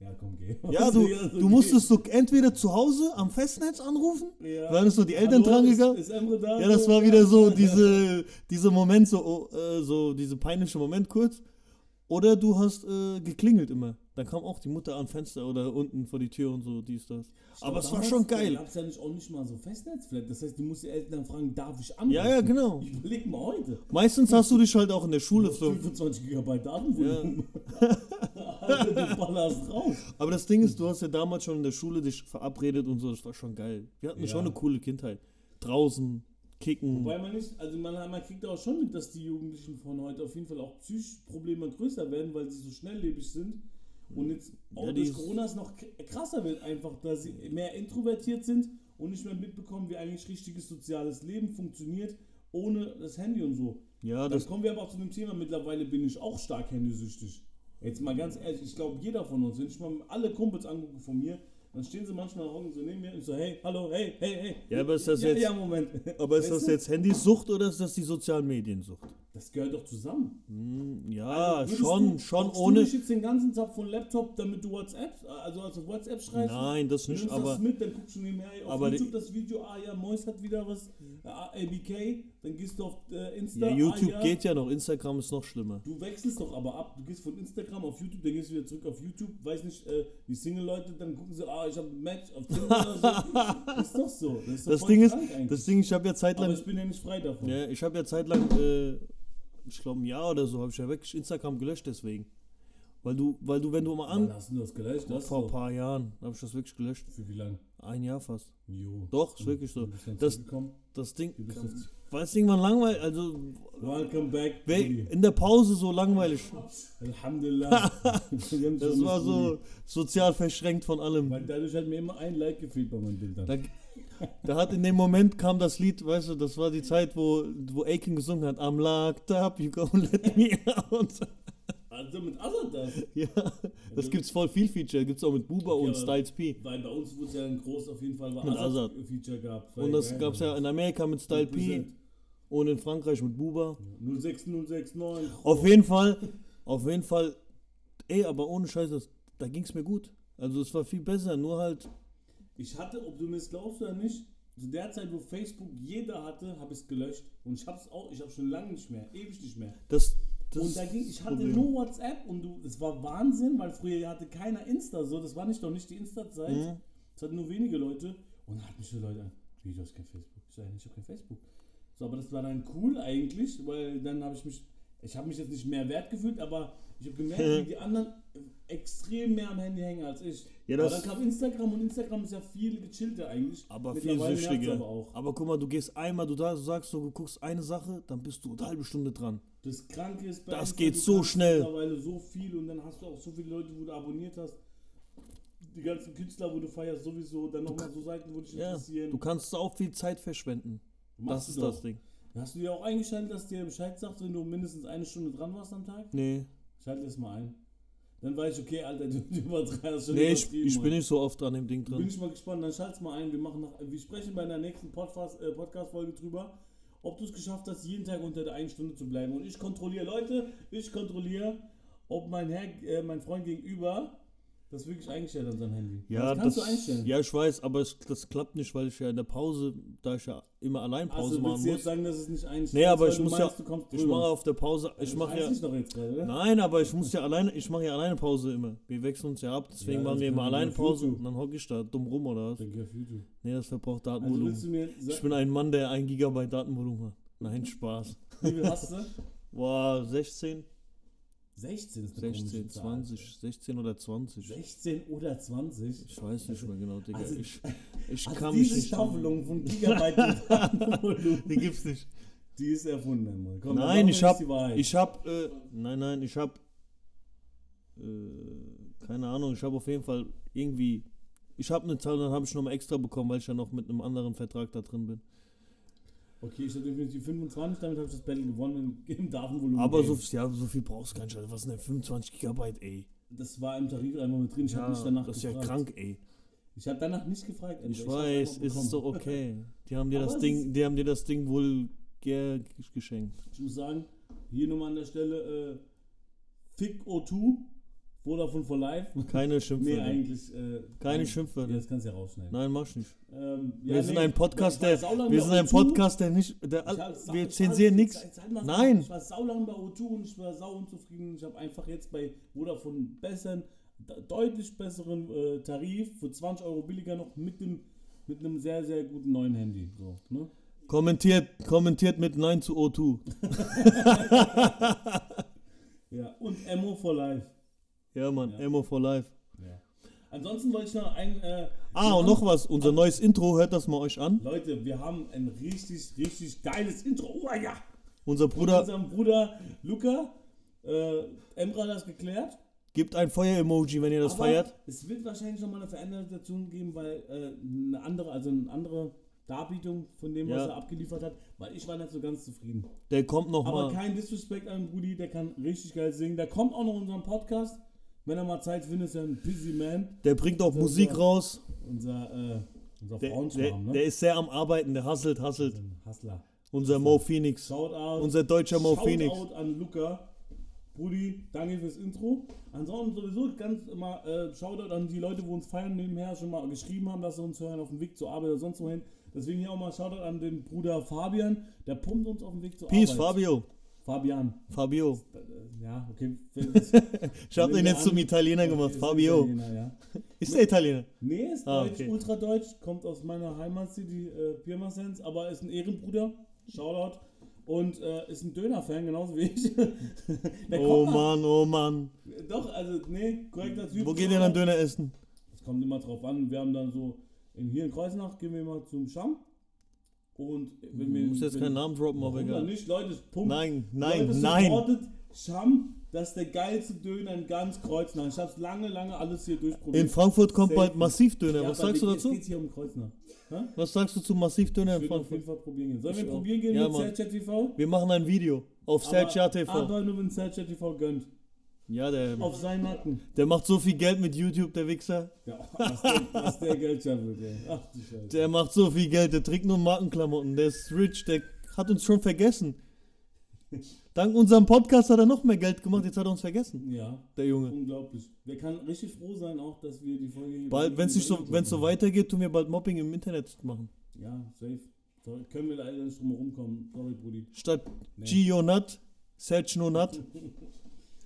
B: Ja, komm, geh.
C: Ja,
B: so,
C: du,
B: so,
C: du musstest so entweder zu Hause am Festnetz anrufen,
B: Ja.
C: dann ist so die Eltern
B: Hallo,
C: dran
B: ist-
C: gegangen.
B: Ist Emre da?
C: Ja, das war wieder so
B: Also,
C: diese, dieser Moment, so, oh, äh, so dieser peinliche Moment kurz. Oder du hast äh, geklingelt immer. Dann kam auch die Mutter am Fenster oder unten vor die Tür und so, dies, das. Aber es war schon
B: Da
C: geil.
B: gab's ja nicht auch nicht mal so Festnetzflat. Das heißt, du musst die Eltern fragen, darf ich anrufen?
C: Ja, ja, genau.
B: Ich überleg mal heute.
C: Meistens hast du dich halt auch in der Schule so.
B: 25 GB Datenvolumen. Alter, du ballerst raus.
C: Aber das Ding ist, du hast ja damals schon in der Schule dich verabredet und so, das war schon geil. Wir hatten
B: Ja.
C: schon eine coole Kindheit. Draußen, kicken.
B: Weil man nicht, also man, man kriegt auch schon mit, dass die Jugendlichen von heute auf jeden Fall auch psychische Probleme größer werden, weil sie so schnelllebig sind. Und jetzt auch
C: Hm. Ja, die
B: durch
C: ist-
B: Corona es noch k- krasser wird, einfach, da sie mehr introvertiert sind und nicht mehr mitbekommen, wie eigentlich richtiges soziales Leben funktioniert, ohne das Handy und so.
C: Ja,
B: Dann
C: das,
B: kommen wir aber auch zu dem Thema, mittlerweile bin ich auch stark handysüchtig. Jetzt mal ganz ehrlich, ich glaube jeder von uns, wenn ich mal alle Kumpels angucke von mir, dann stehen sie manchmal auch so neben mir und ich so, hey, hallo, hey, hey, hey.
C: Ja, aber ist das
B: ja,
C: jetzt-
B: Ja, Moment.
C: aber ist
B: Weißt
C: das
B: du?
C: jetzt Handysucht oder ist das die sozialen Mediensucht?
B: Das gehört doch zusammen.
C: Ja,
B: Also Würdest
C: schon,
B: du,
C: schon
B: hockst
C: ohne.
B: Du dich jetzt den ganzen Tag von Laptop, damit du WhatsApp, also also WhatsApp schreibst.
C: Nein, das
B: Du
C: nicht,
B: nimmst
C: aber
B: das mit, dann guckst du nebenher auf
C: aber die-
B: YouTube das Video, ah ja, Mois hat wieder was, äh, ABK, dann gehst du auf äh, Insta,
C: ja, YouTube
B: ah, ja.
C: geht ja noch, Instagram ist noch schlimmer.
B: Du wechselst doch aber ab. Du gehst von Instagram auf YouTube, dann gehst du wieder zurück auf YouTube. Weiß nicht, äh, die Single-Leute, dann gucken sie, ah, ich habe ein Match auf Tinder oder so. ist doch so. Das, ist doch
C: Das
B: voll
C: Ding ist,
B: krank eigentlich.
C: das Ding, ich habe ja zeitlang
B: aber ich bin ja nicht frei davon.
C: Ja, ich habe ja zeitlang, äh, ich glaube ein Jahr oder so, habe ich ja wirklich Instagram gelöscht deswegen. Weil du, weil du, wenn du mal
B: Wann
C: an.
B: hast du das gelöscht? Das
C: Vor ein
B: doch-
C: paar Jahren habe ich das wirklich gelöscht.
B: Für wie lange?
C: Ein Jahr fast.
B: Jo.
C: Doch, ist wirklich so.
B: Du bist dann
C: Das,
B: zurückgekommen.
C: das Ding.
B: Du bist jetzt-
C: Weil das Ding war langweilig. Also,
B: Welcome back.
C: wer-
B: Brudi.
C: in der Pause so langweilig.
B: Alhamdulillah. Wir haben
C: Das
B: schon
C: war
B: das Brudi.
C: so sozial verschränkt von allem.
B: Weil dadurch hat mir immer ein Like gefehlt bei meinen Bildern.
C: Da, da hat in dem Moment kam das Lied, weißt du, das war die Zeit, wo, wo Aiken gesungen hat: I'm locked up, you go let me out.
B: Also mit Azad das.
C: Ja, das gibt's voll viel Feature. Gibt's auch mit Buba
B: Okay,
C: und
B: aber-
C: Styles P.
B: Weil bei uns wurde es ja ein groß auf jeden Fall bei
C: Mit
B: Azad
C: Azad.
B: Feature gehabt.
C: Und das gab's ja in Amerika mit Style P und in Frankreich mit Buba.
B: 06069.
C: Auf jeden Fall, auf jeden Fall, ey, aber ohne Scheiß, das, da ging's mir gut. Also es war viel besser, nur halt,
B: Ich hatte, ob du mir es glaubst oder nicht, zu der Zeit, wo Facebook jeder hatte, habe ich es gelöscht. Und ich habe es auch, ich habe schon lange nicht mehr, ewig nicht mehr.
C: das, das
B: und da ging,
C: ist
B: ich
C: das
B: hatte
C: Problem.
B: nur WhatsApp und du, es war Wahnsinn, weil früher hatte keiner Insta so, das war nicht noch nicht die Insta-Zeit.
C: Mhm.
B: Es hatten nur wenige Leute und dann hat mich so Leute an, wie du hast kein Facebook. Ich sage, ich habe kein Facebook. So, aber das war dann cool eigentlich, weil dann habe ich mich, ich habe mich jetzt nicht mehr wert gefühlt, aber ich habe gemerkt, wie die anderen extrem mehr am Handy hängen als ich.
C: Ja,
B: aber
C: das-
B: dann kam Instagram und Instagram ist ja viel gechillter eigentlich.
C: aber viel
B: Mittlerweile nervt's
C: süchtiger.
B: Aber
C: Aber,
B: auch.
C: guck mal, du gehst einmal, du da, sagst so, du guckst eine Sache, dann bist du eine halbe Stunde dran.
B: Das Kranke ist bei
C: Das
B: Insta,
C: geht
B: du
C: so
B: kannst
C: schnell.
B: Mittlerweile so viel und dann hast du auch so viele Leute, wo du abonniert hast. Die ganzen Künstler, wo du feierst, sowieso. Dann nochmal so Seiten, wo dich
C: Ja,
B: interessieren.
C: du kannst auch viel Zeit verschwenden.
B: Machst
C: Das
B: du
C: ist das
B: doch.
C: Ding.
B: Hast du dir auch eingeschaltet, dass dir Bescheid sagt, wenn du mindestens eine Stunde dran warst am Tag?
C: Nee,
B: Schalte es mal ein. Dann weiß ich, okay, Alter, du du übertreibst schon
C: nee ich,
B: übertrieben,
C: ich bin
B: Mann.
C: nicht so oft an dem Ding
B: bin
C: dran.
B: ich mal gespannt. Dann schalt's mal ein. Wir, machen nach, wir sprechen bei der nächsten Podcast- äh, Podcast-Folge drüber, ob du es geschafft hast, jeden Tag unter der einen Stunde zu bleiben. Und ich kontrolliere, Leute, ich kontrolliere, ob mein, Herr, äh, mein Freund gegenüber das wirklich eingestellt hat an sein Handy.
C: Ja,
B: das kannst du einstellen.
C: Ja, ich weiß, aber es, das klappt nicht, weil ich ja in der Pause, da ich ja immer allein
B: also
C: Pause
B: willst
C: machen
B: du jetzt
C: muss.
B: sagen, dass es nicht einstellt?
C: Nee, aber
B: weil
C: ich
B: du
C: muss
B: meinst,
C: ja,
B: du kommst
C: ich mache auf der Pause, ich mache ja,
B: Also Ich doch jetzt gerade, oder?
C: nein, aber ich muss ja alleine, ich mache ja alleine Pause immer. Wir wechseln uns ja ab, deswegen
B: Ja,
C: machen
B: das
C: wir
B: kann
C: immer
B: man
C: alleine
B: auf
C: Pause
B: YouTube.
C: und dann hocke ich da dumm rum oder was?
B: Dann geh auf YouTube.
C: Nee, das verbraucht
B: Also
C: Datenvolumen.
B: willst du mir
C: ich
B: sagen,
C: bin ein Mann, der ein Gigabyte Datenvolumen hat.
B: Mhm.
C: Nein, Spaß.
B: wie viel hast du?
C: Boah, 16,
B: 16 ist eine
C: 16,
B: komische Zahl.
C: 20, 16 oder 20.
B: 16 oder 20?
C: Ich weiß nicht mehr genau, Digga.
B: Also-
C: ich ich
B: Also
C: kann mich
B: diese
C: nicht.
B: Staffelung von Gigabyte Datenvolumen,
C: Die gibt's nicht.
B: die ist erfunden. Einmal. Komm, dann
C: nein,
B: sagen wir
C: ich
B: jetzt
C: hab,
B: die Wahrheit.
C: ich hab, äh, nein, nein, ich hab, äh, keine Ahnung, ich hab auf jeden Fall irgendwie, ich hab eine Zahl, dann hab ich nochmal extra bekommen, weil ich ja noch mit einem anderen Vertrag da drin bin.
B: Okay, ich hatte definitiv 25, damit habe ich das Battle gewonnen im, im Datenvolumen.
C: Aber so,
B: Game.
C: ja, so viel brauchst du gar nicht, Alter. was sind denn 25 Gigabyte, ey?
B: Das war im Tarif einfach mit drin. Ich habe
C: Ja,
B: nicht danach
C: das ist ja
B: gefragt.
C: krank, ey.
B: Ich habe danach nicht gefragt. Alter.
C: Ich,
B: hab's
C: weiß,
B: einfach
C: es
B: bekommen.
C: ist doch okay. Die haben dir
B: Aber
C: das
B: es
C: Ding, die haben dir das Ding wohl ge- geschenkt.
B: Ich muss sagen, hier nochmal an der Stelle, äh, Fick O2, Vodafone for Life.
C: Keine
B: Nee,
C: Schimpfwörter.
B: eigentlich. Äh,
C: Keine
B: nein.
C: Schimpfwörter.
B: Ja, das kannst du ja rausschneiden.
C: Nein, mach ich nicht.
B: Ähm,
C: Wir
B: ja,
C: sind
B: nee,
C: ein Podcast,
B: ich war
C: der,
B: saulang
C: wir
B: bei
C: sind ein
B: O2.
C: Podcast, der nicht, der,
B: Ich hab-
C: Also, wir
B: ich war-
C: zensieren
B: ich-
C: nichts.
B: jetzt halt mal so,
C: Nein.
B: Ich war saulang bei O2 und ich war sau unzufrieden. Ich habe einfach jetzt bei Vodafone besseren, de- deutlich besseren äh, Tarif für 20 Euro billiger noch mit dem mit einem sehr, sehr guten neuen Handy. So, ne?
C: Kommentiert, kommentiert mit Nein zu O2.
B: Ja, und Emo for Life.
C: Ja, Mann,
B: Ja.
C: Emo for Life.
B: Ansonsten wollte ich noch ein. Äh,
C: Ah, und noch was. Unser neues Intro, hört das mal euch an.
B: Leute, wir haben ein richtig, richtig geiles Intro. Oh ja!
C: Unser
B: Mit
C: Bruder
B: unserem Bruder Luca. Äh, Emra hat das geklärt.
C: gibt ein Feuer-Emoji, wenn ihr das
B: Aber
C: feiert.
B: Es wird wahrscheinlich nochmal eine veränderte Version geben, weil äh, eine andere, also eine andere Darbietung von dem, was
C: Ja.
B: er abgeliefert hat, weil ich war nicht so ganz zufrieden.
C: Der kommt
B: Aber
C: nochmal.
B: kein Disrespect an Rudi, der kann richtig geil singen. Der kommt auch noch in unseren Podcast. Wenn er mal Zeit findet, ist er ein Busy Man.
C: Der bringt auch Musik
B: ja.
C: raus.
B: Unser, äh, unser
C: Der, der,
B: Frauenschwarm, ne?
C: der ist sehr am Arbeiten, der hasselt, hasselt.
B: Hustler.
C: Unser Mo Phoenix.
B: Shoutout.
C: Unser deutscher Mo
B: Shoutout
C: Phoenix.
B: an Luca. Brudi, danke fürs Intro. Ansonsten sowieso ganz immer äh, Shoutout an die Leute, wo uns feiern nebenher schon mal geschrieben haben, dass sie uns hören auf dem Weg zur Arbeit oder sonst wohin. Deswegen hier auch mal Shoutout an den Bruder Fabian, der pumpt uns auf dem Weg zur
C: Peace,
B: Arbeit.
C: Fabio.
B: Fabian.
C: Fabio.
B: Äh, Ja, okay. Ich
C: Ich habe den jetzt zum Italiener gemacht. Fabio.
B: Ja.
C: Ist der Italiener?
B: Nee, ist
C: Ah,
B: deutsch,
C: okay.
B: ultradeutsch, kommt aus meiner Heimatcity äh, Pirmasens, aber ist ein Ehrenbruder, Shoutout, und äh, ist ein Döner-Fan, genauso wie ich. Der
C: Oh
B: kommt mal-
C: Mann, oh Mann.
B: Doch, also, nee, korrekter Typ.
C: Wo geht ihr dann Döner essen?
B: Es kommt immer drauf an, wir haben dann so, in, hier in Kreuznach gehen wir immer zum Schamm, und wenn wir...
C: Du musst jetzt
B: wenn-
C: keinen Namen droppen, aber
B: Warum denn
C: egal.
B: nicht, Leute, Punkt.
C: Nein, nein,
B: Leute,
C: nein.
B: supportet Schamm, das ist der geilste Döner in ganz Kreuznach. Ich hab's lange, lange alles hier durchprobiert.
C: In Frankfurt kommt bald
B: Selten.
C: Massivdöner.
B: Ja,
C: Was
B: aber
C: sagst du
B: es
C: dazu?
B: geht's hier um Kreuznach. Hä?
C: Was sagst du zu Massivdöner in
B: Ich würde auf
C: Frankfurt?
B: jeden Fall probieren gehen. Sollen
C: Ich
B: wir
C: auch.
B: probieren gehen
C: Ja, Mann.
B: mit Serchat TV?
C: Wir machen ein Video auf Sergia TV.
B: Aber nur wenn Serchat TV gönnt.
C: Ja, der,
B: Auf seinen Nacken.
C: der macht so viel Geld mit YouTube, der Wichser.
B: Ja, was der, was der Geld schaffen wird, ey. Ach du Scheiße.
C: Der macht so viel Geld, der trägt nur Markenklamotten, der ist rich, der hat uns schon vergessen. Dank unserem Podcast hat er noch mehr Geld gemacht, jetzt hat er uns vergessen,
B: ja,
C: der Junge.
B: unglaublich. Der kann richtig froh sein auch, dass wir die Folge hier...
C: Bald, wenn es so, wenn's so weitergeht, tun wir bald Mobbing im Internet machen.
B: Ja, safe. Sorry, können wir leider nicht drum rumkommen. Sorry, Brudi.
C: Statt Gio Nut, Sergio Nut,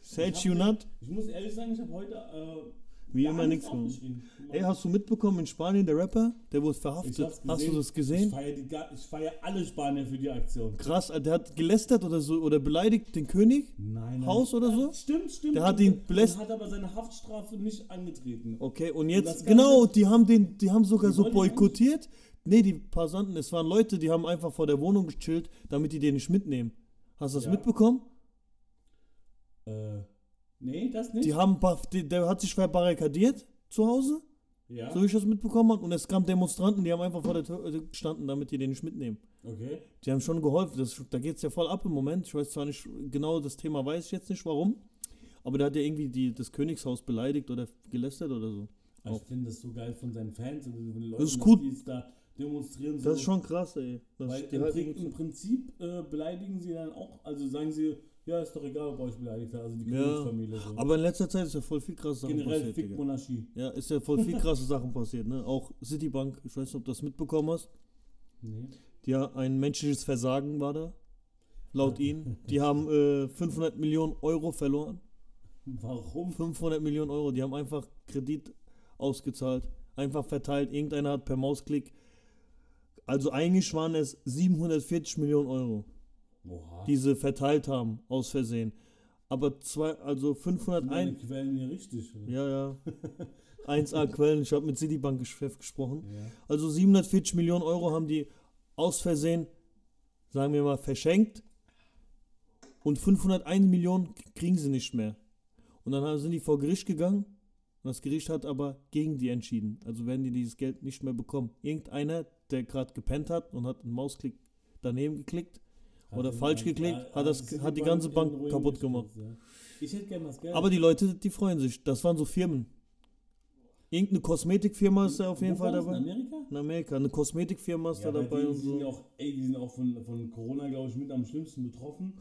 C: Sergio Nut,
B: Ich muss ehrlich sagen, ich habe heute... Äh,
C: wie
B: gar
C: immer nichts gemacht.
B: aufgeschrieben.
C: Ey, hast du mitbekommen in Spanien, der Rapper, der wurde
B: Ich
C: verhaftet?
B: hab's
C: Hast du
B: gesehen.
C: das
B: Ich
C: gesehen?
B: feiere die ga- ich feier alle Spanier für die Aktion.
C: Krass, Alter, der hat gelästert oder so, oder beleidigt den König,
B: Nein, nein.
C: Haus oder so.
B: Stimmt, stimmt.
C: Der hat ihn
B: Und
C: beläst-
B: hat aber seine Haftstrafe nicht angetreten.
C: Okay, und
B: das
C: jetzt,
B: Ganze-
C: genau, die haben den, die haben sogar
B: Die
C: so
B: wollen den
C: boykottiert. Nee, die Passanten, es waren Leute, die haben einfach vor der Wohnung gechillt, damit die den nicht mitnehmen. Hast du das
B: Ja.
C: mitbekommen?
B: Äh, nee, das nicht.
C: Die haben, ein paar- die, der hat sich verbarrikadiert zu Hause,
B: ja.
C: so wie ich das mitbekommen habe. Und es kamen Demonstranten, die haben einfach vor der Tür äh, gestanden, damit die den nicht mitnehmen.
B: Okay.
C: Die haben schon geholfen, das, da geht es ja voll ab im Moment. Ich weiß zwar nicht genau, das Thema weiß ich jetzt nicht warum, aber der hat ja irgendwie die, das Königshaus beleidigt oder gelästert oder so.
B: Aber
C: Auch.
B: ich finde das so geil von seinen Fans und von den Leuten,
C: Oh. ist gut.
B: dass die es da demonstrieren. so.
C: Das ist schon krass, ey. Das
B: Weil äh,
C: die
B: im,
C: halten
B: Pri-
C: gut zu.
B: im Prinzip äh, beleidigen sie dann auch, also sagen sie, ja, ist doch egal, ob euch beleidigt hat, also die
C: Ja.
B: Königsfamilie so.
C: Aber in letzter Zeit ist ja voll viel krasse Sachen
B: Generell
C: passiert.
B: Fick
C: Digga.
B: Monarchie.
C: Ja, ist ja voll viel krasse Sachen passiert, ne? Auch Citibank, ich weiß nicht, ob du das mitbekommen hast.
B: Nee.
C: Ja, ein menschliches Versagen war da. Laut ihnen. Die haben äh, 500 Millionen Euro verloren.
B: Warum?
C: 500 Millionen Euro. Die haben einfach Kredit ausgezahlt. Einfach verteilt. Irgendeiner hat per Mausklick. Also eigentlich waren es 740 Millionen Euro,
B: Oha.
C: die sie verteilt haben, aus Versehen. Aber zwei, also
B: Sind deine
C: 501.
B: Quellen hier richtig. oder?
C: Ja, ja. 1A Quellen, ich habe mit Citibank-Chef gesprochen.
B: Ja.
C: Also 740 Millionen Euro haben die aus Versehen, sagen wir mal, verschenkt. Und 501 Millionen k- kriegen sie nicht mehr. Und dann haben- sind die vor Gericht gegangen. Und das Gericht hat aber gegen die entschieden. Also werden die dieses Geld nicht mehr bekommen. Irgendeiner, der gerade gepennt hat und hat einen Mausklick daneben geklickt.
B: Hat
C: Oder
B: den
C: falsch
B: ganzen-
C: geklickt,
B: Ah,
C: hat das-
B: sind
C: hat die ganze Bank
B: in Ruin
C: kaputt
B: gestürzt,
C: gemacht.
B: ja. Ich hätte gerne das Geld.
C: Aber die Leute, die freuen sich. Das waren so Firmen. Irgendeine Kosmetikfirma ist da auf jeden
B: Wo
C: Fall
B: war das,
C: dabei.
B: In Amerika?
C: In Amerika, eine Kosmetikfirma ist
B: Ja,
C: da
B: aber
C: dabei
B: die,
C: und
B: die sind
C: so.
B: auch, ey, die sind auch von, von Corona, glaube ich, mit am schlimmsten betroffen.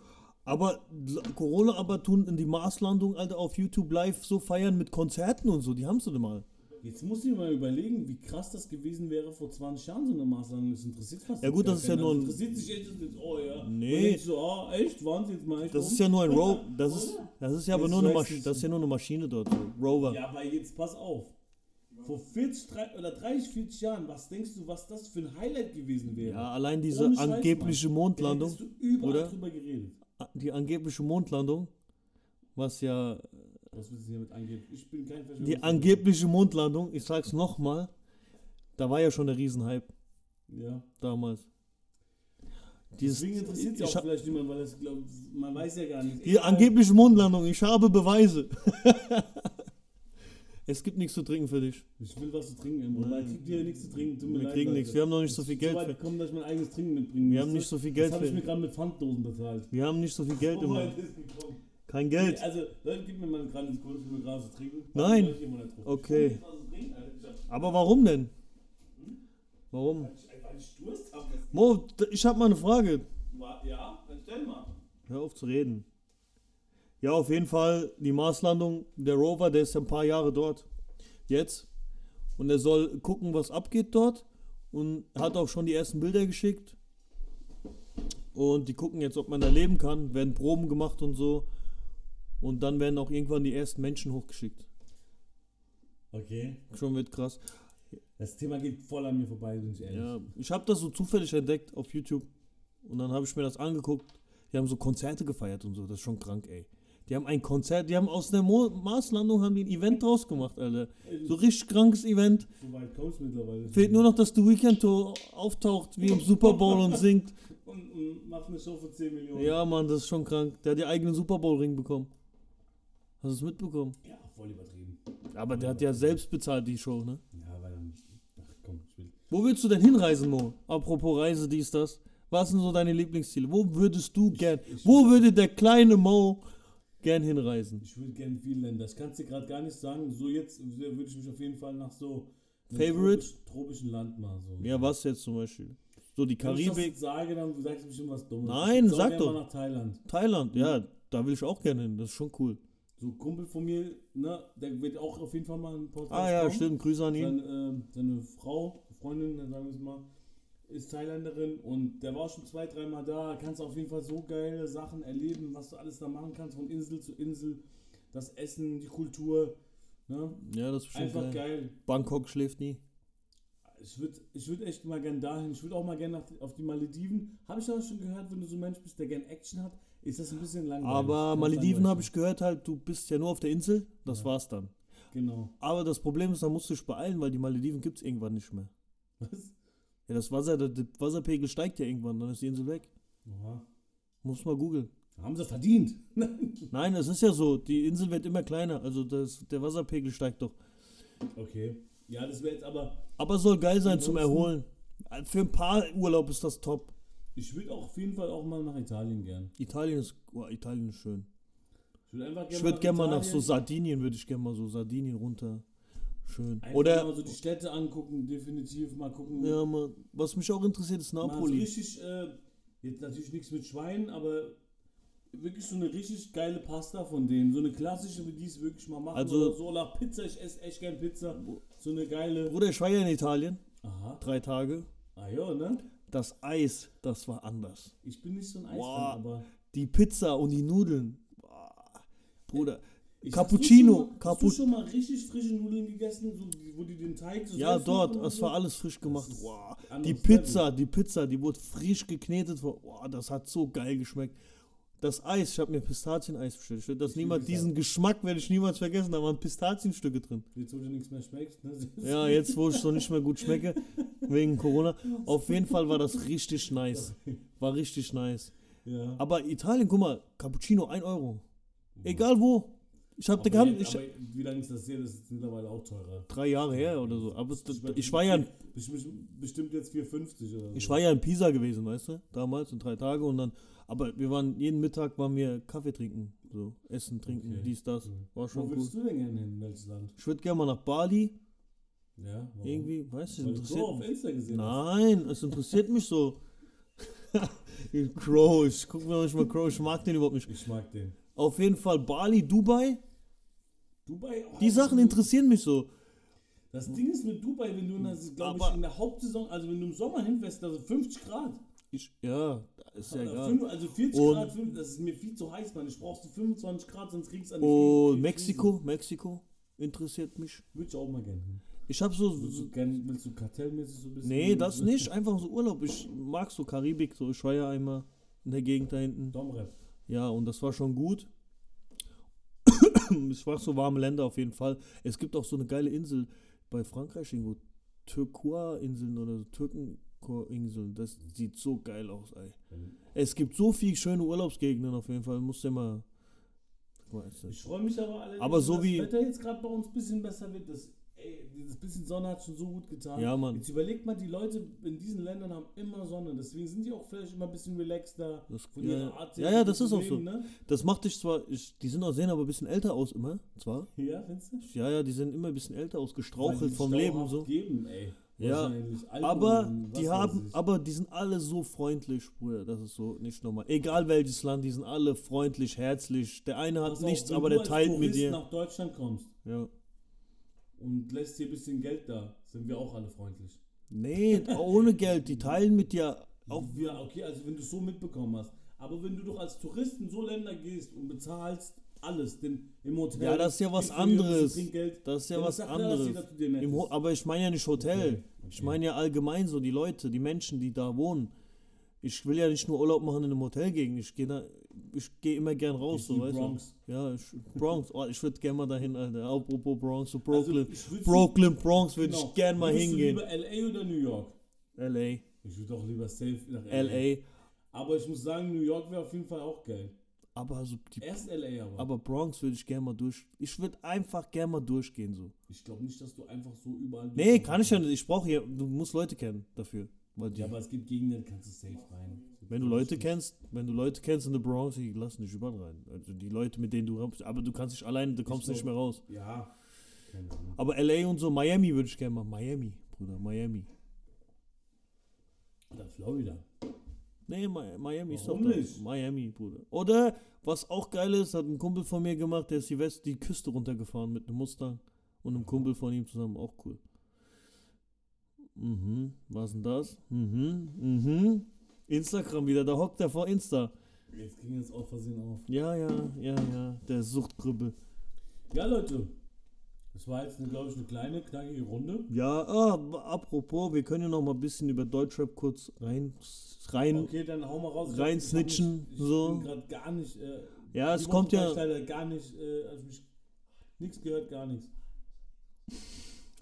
C: Aber l- Corona aber tun in die Marslandung, Alter, auf YouTube live so feiern mit Konzerten und so, die haben sie denn mal.
B: Jetzt muss ich mir mal überlegen, wie krass das gewesen wäre vor 20 Jahren so eine Maßnahme. Das interessiert fast
C: Ja, gut,
B: gar
C: das ist ja
B: keinen.
C: nur ein-
B: Also interessiert sich echt das jetzt, oh ja.
C: Nee.
B: Und denkst So, ah, echt, waren sie jetzt mal echt
C: Das
B: um?
C: ist ja nur ein Rover, das ist, das ist ja aber
B: Das
C: nur eine
B: weiß
C: Maschine,
B: ich
C: das ist ja nur eine Maschine dort, so. Rover.
B: Ja, aber jetzt pass auf. Vor 40 drei- oder 30, 40 Jahren, was denkst du, was das für ein Highlight gewesen wäre?
C: Ja, allein diese
B: Ohne Scheiß,
C: angebliche
B: Da hättest
C: Mondlandung,
B: du überall
C: oder?
B: drüber geredet.
C: die angebliche Mondlandung, was ja
B: Was willst du hiermit angeben? Ich bin kein Verschwörungstheoretiker.
C: Die angebliche Mondlandung, ich sag's nochmal, da war ja schon der Riesenhype
B: Ja.
C: damals. Dieses,
B: Deswegen interessiert sich
C: ich
B: auch
C: hab-
B: vielleicht niemand, weil das, glaub, man weiß ja gar nicht.
C: die angebliche Mondlandung, ich habe Beweise. es gibt nichts zu trinken für dich.
B: Ich will was zu trinken, Emre. Weil ich krieg dir nichts zu trinken. Tut mir
C: Wir
B: leid,
C: kriegen
B: Leute.
C: nichts, wir haben noch nicht so viel Geld.
B: So weit
C: Für,
B: gekommen, dass ich mein eigenes Trinken mitbringen
C: Wir haben
B: musste.
C: nicht so viel
B: Das
C: Geld
B: habe ich
C: für-
B: mir gerade mit Pfanddosen bezahlt. Oh
C: wir haben nicht so viel Geld
B: So
C: immer.
B: weit ist gekommen.
C: Kein Geld.
B: Also, Leute, gib mir mal gerade ins Kohle, ich will mir gerade was zu trinken.
C: Nein.
B: Ich hol jemand da drauf.
C: Okay.
B: Ich hol jetzt was zu trinken, Alter. Ich hab-
C: Aber warum denn? Warum?
B: ich- Weil ich Durst habe. Das
C: Mo, d- ich habe mal eine Frage.
B: war- Ja, dann stell mal.
C: Hör auf zu reden. Ja, auf jeden Fall die Marslandung. Der Rover, der ist ja ein paar Jahre dort. Jetzt. Und er soll gucken, was abgeht dort. Und hat auch schon die ersten Bilder geschickt. Und die gucken jetzt, ob man da leben kann. Werden Proben gemacht und so. Und dann werden auch irgendwann die ersten Menschen hochgeschickt.
B: Okay.
C: Schon wird krass.
B: Das Thema geht voll an mir vorbei, bin ich ehrlich.
C: Ja, ich habe das so zufällig entdeckt auf YouTube und dann habe ich mir das angeguckt. Die haben so Konzerte gefeiert und so, das ist schon krank, ey. Die haben ein Konzert, die haben aus der Mo Marslandung haben die ein Event draus gemacht, Alter. So richtig krankes Event.
B: Ähm, So weit kommst du mittlerweile.
C: Fehlt nur noch, dass The Weeknd so auftaucht wie im Super Bowl und singt.
B: Und, und mach eine Show für 10 Millionen.
C: Ja, Mann, das ist schon krank. Der hat den eigenen Super Bowl Ring bekommen. Hast du es mitbekommen?
B: Ja, voll übertrieben.
C: Aber der hat ja selbst bezahlt die Show, ne?
B: Ja, weil dann. Ach komm, ich will.
C: Wo willst du denn hinreisen, Mo? Apropos Reise, dies, das. Was sind so deine Lieblingsziele? Wo würdest du gern, wo würde der kleine Mo gern hinreisen?
B: Ich würde gerne viele Länder. Ich kann es dir gerade gar nicht sagen. So jetzt würde ich mich auf jeden Fall nach so einem
C: Favorite?
B: tropisch- tropischen Land mal so.
C: Ja, was jetzt zum Beispiel? So die
B: Wenn ich das
C: Karibik,
B: sage, dann sagst du bestimmt was Dummes.
C: Nein,
B: ich würd
C: sag
B: gerne
C: doch.
B: Mal nach Thailand.
C: Thailand, ja, da will ich auch gerne hin, das ist schon cool.
B: So ein Kumpel von mir, ne, der wird auch auf jeden Fall mal ein Podcast
C: Ah ja,
B: kommen.
C: stimmt, Grüße an ihn.
B: Seine, ähm, seine Frau, Freundin, dann sagen wir es mal, ist Thailänderin und der war auch schon zwei, dreimal da. Kannst auf jeden Fall so geile Sachen erleben, was du alles da machen kannst, von Insel zu Insel. Das Essen, die Kultur. Ne?
C: Ja, das ist bestimmt
B: Einfach
C: geil.
B: geil.
C: Bangkok schläft nie.
B: Ich würde ich würd echt mal gern dahin. Ich würde auch mal gern nach, auf die Malediven. Habe ich auch schon gehört, wenn du so ein Mensch bist, der gern Action hat, ist das ein bisschen langweilig.
C: Aber
B: Kann's
C: Malediven habe
B: langweilig
C: ich gehört halt, du bist ja nur auf der Insel, das
B: Ja.
C: war's dann.
B: machen. Genau.
C: Aber das Problem ist, da musst du dich beeilen, weil die Malediven gibt's irgendwann nicht mehr.
B: Was?
C: Ja, das Wasser, der, der Wasserpegel steigt ja irgendwann, dann ist die Insel weg.
B: Oha.
C: Muss mal googeln.
B: Haben sie verdient?
C: Nein, es ist ja so, die Insel wird immer kleiner, also das, der Wasserpegel steigt doch.
B: okay. Ja, das wäre jetzt aber.
C: Aber es soll geil sein zum
B: Ansonsten-
C: Erholen. Für ein paar Urlaub ist das top.
B: Ich würde auch auf jeden Fall auch mal nach Italien gern.
C: Italien ist, boah, Italien ist schön.
B: Ich würde einfach
C: Ich würde gerne mal nach so
B: Italien
C: Sardinien, würde ich gerne mal so Sardinien runter. Schön.
B: einfach mal
C: Oder,
B: so die Städte angucken, definitiv mal gucken.
C: ja, mal, was mich auch interessiert, ist
B: mal so
C: Napoli.
B: richtig, äh, jetzt natürlich nichts mit Schweinen, aber wirklich so eine richtig geile Pasta von denen. So eine klassische, wie die es wirklich mal machen.
C: Also-
B: oder so nach Pizza, ich esse echt gern Pizza. So eine geile.
C: Bruder, ich war ja in Italien,
B: Aha.
C: drei Tage.
B: Ah ja, ne?
C: Das Eis, das war anders.
B: Ich bin nicht so ein Eisfan,
C: Boah.
B: aber.
C: Die Pizza und die Nudeln. Boah. Bruder,
B: Ich,
C: Cappuccino,
B: Hast du, schon mal, hast du
C: Cappu-
B: schon mal richtig frische Nudeln gegessen, so, die- wo die den Teig so
C: Ja,
B: selbst
C: dort,
B: machen und
C: es
B: so?
C: war alles frisch gemacht.
B: ist
C: Wow.
B: anderes
C: Die Pizza, die Pizza, die wurde frisch geknetet. Wow, das hat so geil geschmeckt. Das Eis, ich habe mir Pistazieneis bestellt. Ich werd das niemals,
B: liebe das.
C: diesen Geschmack werde ich niemals vergessen. Da waren Pistazienstücke drin.
B: Jetzt, wo du nichts mehr schmeckst, ne?
C: Ja, jetzt wo ich so nicht mehr gut schmecke, wegen Corona. Auf jeden Fall war das richtig nice. War richtig nice.
B: ja.
C: Aber Italien, guck mal, Cappuccino 1 Euro. Egal wo. Ich habe
B: Aber,
C: gehabt,
B: jetzt,
C: ich,
B: aber wie lange ist das hier? Das ist mittlerweile auch teurer.
C: drei Jahre her oder so. Aber ich war ja in
B: Bestimmt, bestimmt jetzt 4,50 oder so.
C: Ich war ja in Pisa gewesen, weißt du, damals in drei Tage und dann, aber wir waren jeden Mittag waren wir Kaffee trinken, so Essen trinken,
B: Okay.
C: dies das, war
B: Wo
C: schon
B: willst
C: gut.
B: du denn gerne hin? Welches Land?
C: Ich würde gerne mal nach Bali,
B: Ja, warum?
C: irgendwie, weißt du,
B: Weil du so
C: interessiert
B: auf
C: mich.
B: Insta gesehen hast.
C: Nein, es interessiert mich so. Crow, ich guck mir noch nicht mal Crow, ich mag den überhaupt nicht.
B: Ich mag den.
C: Auf jeden Fall Bali, Dubai,
B: Dubai. oh,
C: die Sachen interessieren mich so.
B: Das Ding ist mit Dubai, wenn du, glaube ich,
C: Hm, Aber-
B: in der Hauptsaison, also wenn du im Sommer hinfährst, also 50 Grad.
C: Ich, ja, ist ja
B: Oder
C: egal.
B: fünf- Also 40
C: Und-
B: Grad, fünf- das ist mir viel zu heiß, Mann. Ich brauchst du 25 Grad, sonst kriegst du an die Knie-
C: Und
B: die
C: Oh, Mexiko, Mexiko interessiert mich.
B: Krise. Würde ich auch mal gerne hin.
C: Ich habe so,
B: Willst du, gern, willst du kartellmäßig so ein bisschen?
C: Nee, das nicht. Einfach so Urlaub. Ich mag so Karibik, so ich war ja einmal in der Gegend da hinten.
B: Domrep.
C: Ja, und das war schon gut. ich mag so warme Länder auf jeden Fall. Es gibt auch so eine geile Insel bei Frankreich irgendwo. Türkoa-Inseln oder so Türkenkoa-Inseln. Das sieht so geil aus, ey. Es gibt so viele schöne Urlaubsgegenden auf jeden Fall. Muss ja mal. Weiß
B: Ich
C: nicht.
B: freue mich aber alle,
C: Aber so
B: das
C: wie-
B: Wetter jetzt gerade bei uns ein bisschen besser wird. Das, ey, dieses bisschen Sonne hat schon so gut getan.
C: Ja, Mann.
B: Jetzt überlegt mal, die Leute in diesen Ländern haben immer Sonne. Deswegen sind die auch vielleicht immer ein bisschen relaxter.
C: Das-
B: von
C: ja,
B: ihrer
C: ja.
B: Art
C: Ja, ja, das
B: zu
C: ist auch so.
B: leben, Ne?
C: Das macht dich zwar, ich, die sind auch sehen aber ein bisschen älter aus immer, zwar.
B: Ja, findest du?
C: Ja, ja, die sind immer ein bisschen älter aus,
B: Weil
C: gestrauchelt
B: die
C: vom
B: sich
C: Leben
B: dauerhaft
C: so.
B: Geben, ey.
C: Ja,
B: Wahrscheinlich Alkohol
C: aber
B: und was
C: die
B: weiß
C: haben,
B: ich.
C: aber die sind alle so freundlich, Bruder. Das ist so nicht normal. Egal welches Land, die sind alle freundlich, herzlich. Der eine hat
B: Pass auf,
C: nichts,
B: wenn
C: aber
B: du
C: der
B: als
C: teilt mit
B: Tourist
C: dir.
B: nach Deutschland kommst
C: Ja.
B: und lässt dir ein bisschen Geld da, sind wir auch alle freundlich.
C: Nee, ohne Geld, die teilen mit dir. Auch,
B: Ja, okay, also wenn du es so mitbekommen hast. Aber wenn du doch als Tourist in so Länder gehst und bezahlst alles, denn im Hotel.
C: ja, das ist ja was
B: kriegst du wieder ein bisschen
C: anderes.
B: Trinkgeld.
C: Das ist ja
B: Dann
C: was
B: sagt er, dass
C: anderes.
B: jeder zu dir nett
C: Im Ho-
B: ist.
C: aber ich meine ja nicht Hotel.
B: Okay,
C: Ich
B: okay.
C: meine ja allgemein so die Leute, die Menschen, die da wohnen. Ich will ja nicht nur Urlaub machen in einem Hotel gegen. Ich gehe ich geh immer gern raus,
B: Ich
C: so
B: lieb
C: weißt
B: Bronx.
C: du. Ja, ich, Bronx. Oh, ich würde gerne mal dahin, Alter. Apropos Bronx, so Brooklyn.
B: Also, ich würd's-
C: Brooklyn, Bronx würde
B: Genau.
C: ich gern mal
B: Würdest du
C: hingehen.
B: Lieber LA oder New York?
C: LA.
B: Ich würde auch lieber safe nach LA.
C: LA.
B: Aber ich muss sagen, New York wäre auf jeden Fall auch geil.
C: Aber, so die,
B: Erst LA aber.
C: aber Bronx würde ich gerne mal durch. Ich würde einfach gerne mal durchgehen, so.
B: ich glaube nicht, dass du einfach so überall.
C: Nee, kann ich ja nicht. Ich brauche ja, du musst Leute kennen dafür. Weil die,
B: Ja, aber es gibt Gegenden, da kannst du safe rein.
C: wenn du Leute kennst, wenn du Leute kennst in der Bronx, die lassen dich überall rein. Also die Leute, mit denen du kommst, aber du kannst nicht alleine, du kommst
B: so.
C: nicht mehr raus.
B: Ja. Keine Ahnung.
C: Aber LA und so, Miami würde ich gerne mal. Miami, Bruder, Miami.
B: Oder Florida.
C: Nee, Mi- Miami ist doch
B: Warum nicht?
C: da. Miami, Bruder. Oder, was auch geil ist, hat ein Kumpel von mir gemacht, der ist die West, die Küste runtergefahren mit einem Mustang und einem Kumpel von ihm zusammen, auch cool. Mhm, was denn das? Mhm, mhm. Instagram wieder, da hockt er vor Insta.
B: Jetzt ging es aus Versehen auf.
C: Ja, ja, ja, ja, der Suchtgrüppel.
B: Ja, Leute. Das war jetzt, glaube ich, eine kleine, knackige Runde.
C: Ja, ah, apropos, wir können ja noch mal ein bisschen über Deutschrap kurz rein, rein.
B: Okay, dann hau mal raus. Ich
C: Rein
B: hab- ich hab mich-
C: snitchen,
B: Ich
C: so.
B: bin gerade gar nicht. Äh,
C: Ja,
B: die
C: es
B: Woche
C: kommt
B: war
C: ja.
B: Ich leider gar nicht. Äh, also mich, nichts gehört, gar nichts.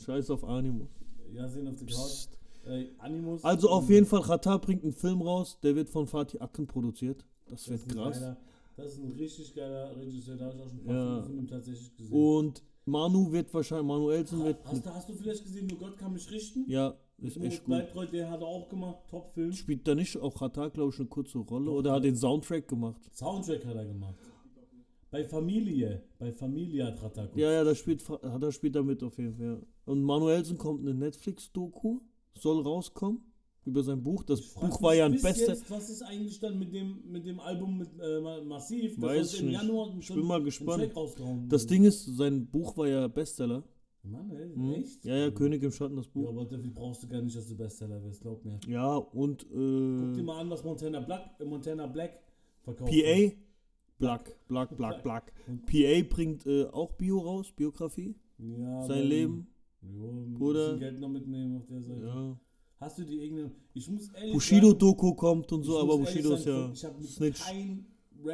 C: Scheiß auf Animus.
B: Ja, sehen auf der Couch. Äh, Animus.
C: Also auf jeden Fall, Katar bringt einen Film raus, der wird von Fatih Akin produziert. Das
B: Das
C: wird
B: ist ein
C: krass.
B: Geiler, das ist ein richtig geiler Regisseur. Da habe ich auch schon ein paar
C: Ja. Oh,
B: Filme von ihm tatsächlich gesehen.
C: Und Manu wird wahrscheinlich, Manuelsen wird.
B: hast, du, hast du vielleicht gesehen, nur Gott kann mich richten?
C: Ja, ist echt gut.
B: Bleitreu, der hat er auch gemacht. Top-Film.
C: Spielt da nicht auch Katar, glaube ich, eine kurze Rolle? Oder hat den Soundtrack gemacht?
B: Soundtrack hat er gemacht. Bei Familie. Bei Familie hat Ratako.
C: Ja, ja, da spielt, Fa- hat er spielt damit auf jeden Fall. ja. Und Manuelsen kommt eine Netflix-Doku, soll rauskommen über sein Buch. Das
B: Ich frag
C: Buch
B: mich
C: war ja ein
B: bis
C: bester.
B: Jetzt, was ist eigentlich dann mit dem, mit dem Album mit äh, Ma- Massiv?
C: Weiß
B: uns
C: ich
B: im
C: nicht.
B: Januar
C: Ich bin mal gespannt.
B: Track rausgehauen
C: Das
B: wurde.
C: Ding ist, sein Buch war ja Bestseller.
B: Mann, ey,
C: Mhm.
B: echt?
C: Ja, ja, König im Schatten, das
B: Ja,
C: Buch.
B: aber dafür brauchst du gar nicht, dass du Bestseller wirst, glaub mir.
C: Ja, und
B: Guck dir
C: äh,
B: mal an, was Montana Black, äh, Montana Black verkauft. hat.
C: PA, Black, Black, Black, Black.
B: Und-
C: PA bringt äh, auch Bio raus, Biografie,
B: Ja, aber-
C: sein Leben.
B: Jo, ein
C: Bruder.
B: bisschen Geld noch mitnehmen auf der Seite.
C: Ja.
B: Hast du die irgendeine. Ich muss ehrlich sagen-
C: Bushido-Doku kommt und
B: Ich
C: so,
B: muss
C: aber
B: ehrlich
C: Bushido ist
B: sagen,
C: ja
B: Ich habe
C: Snitch.
B: kein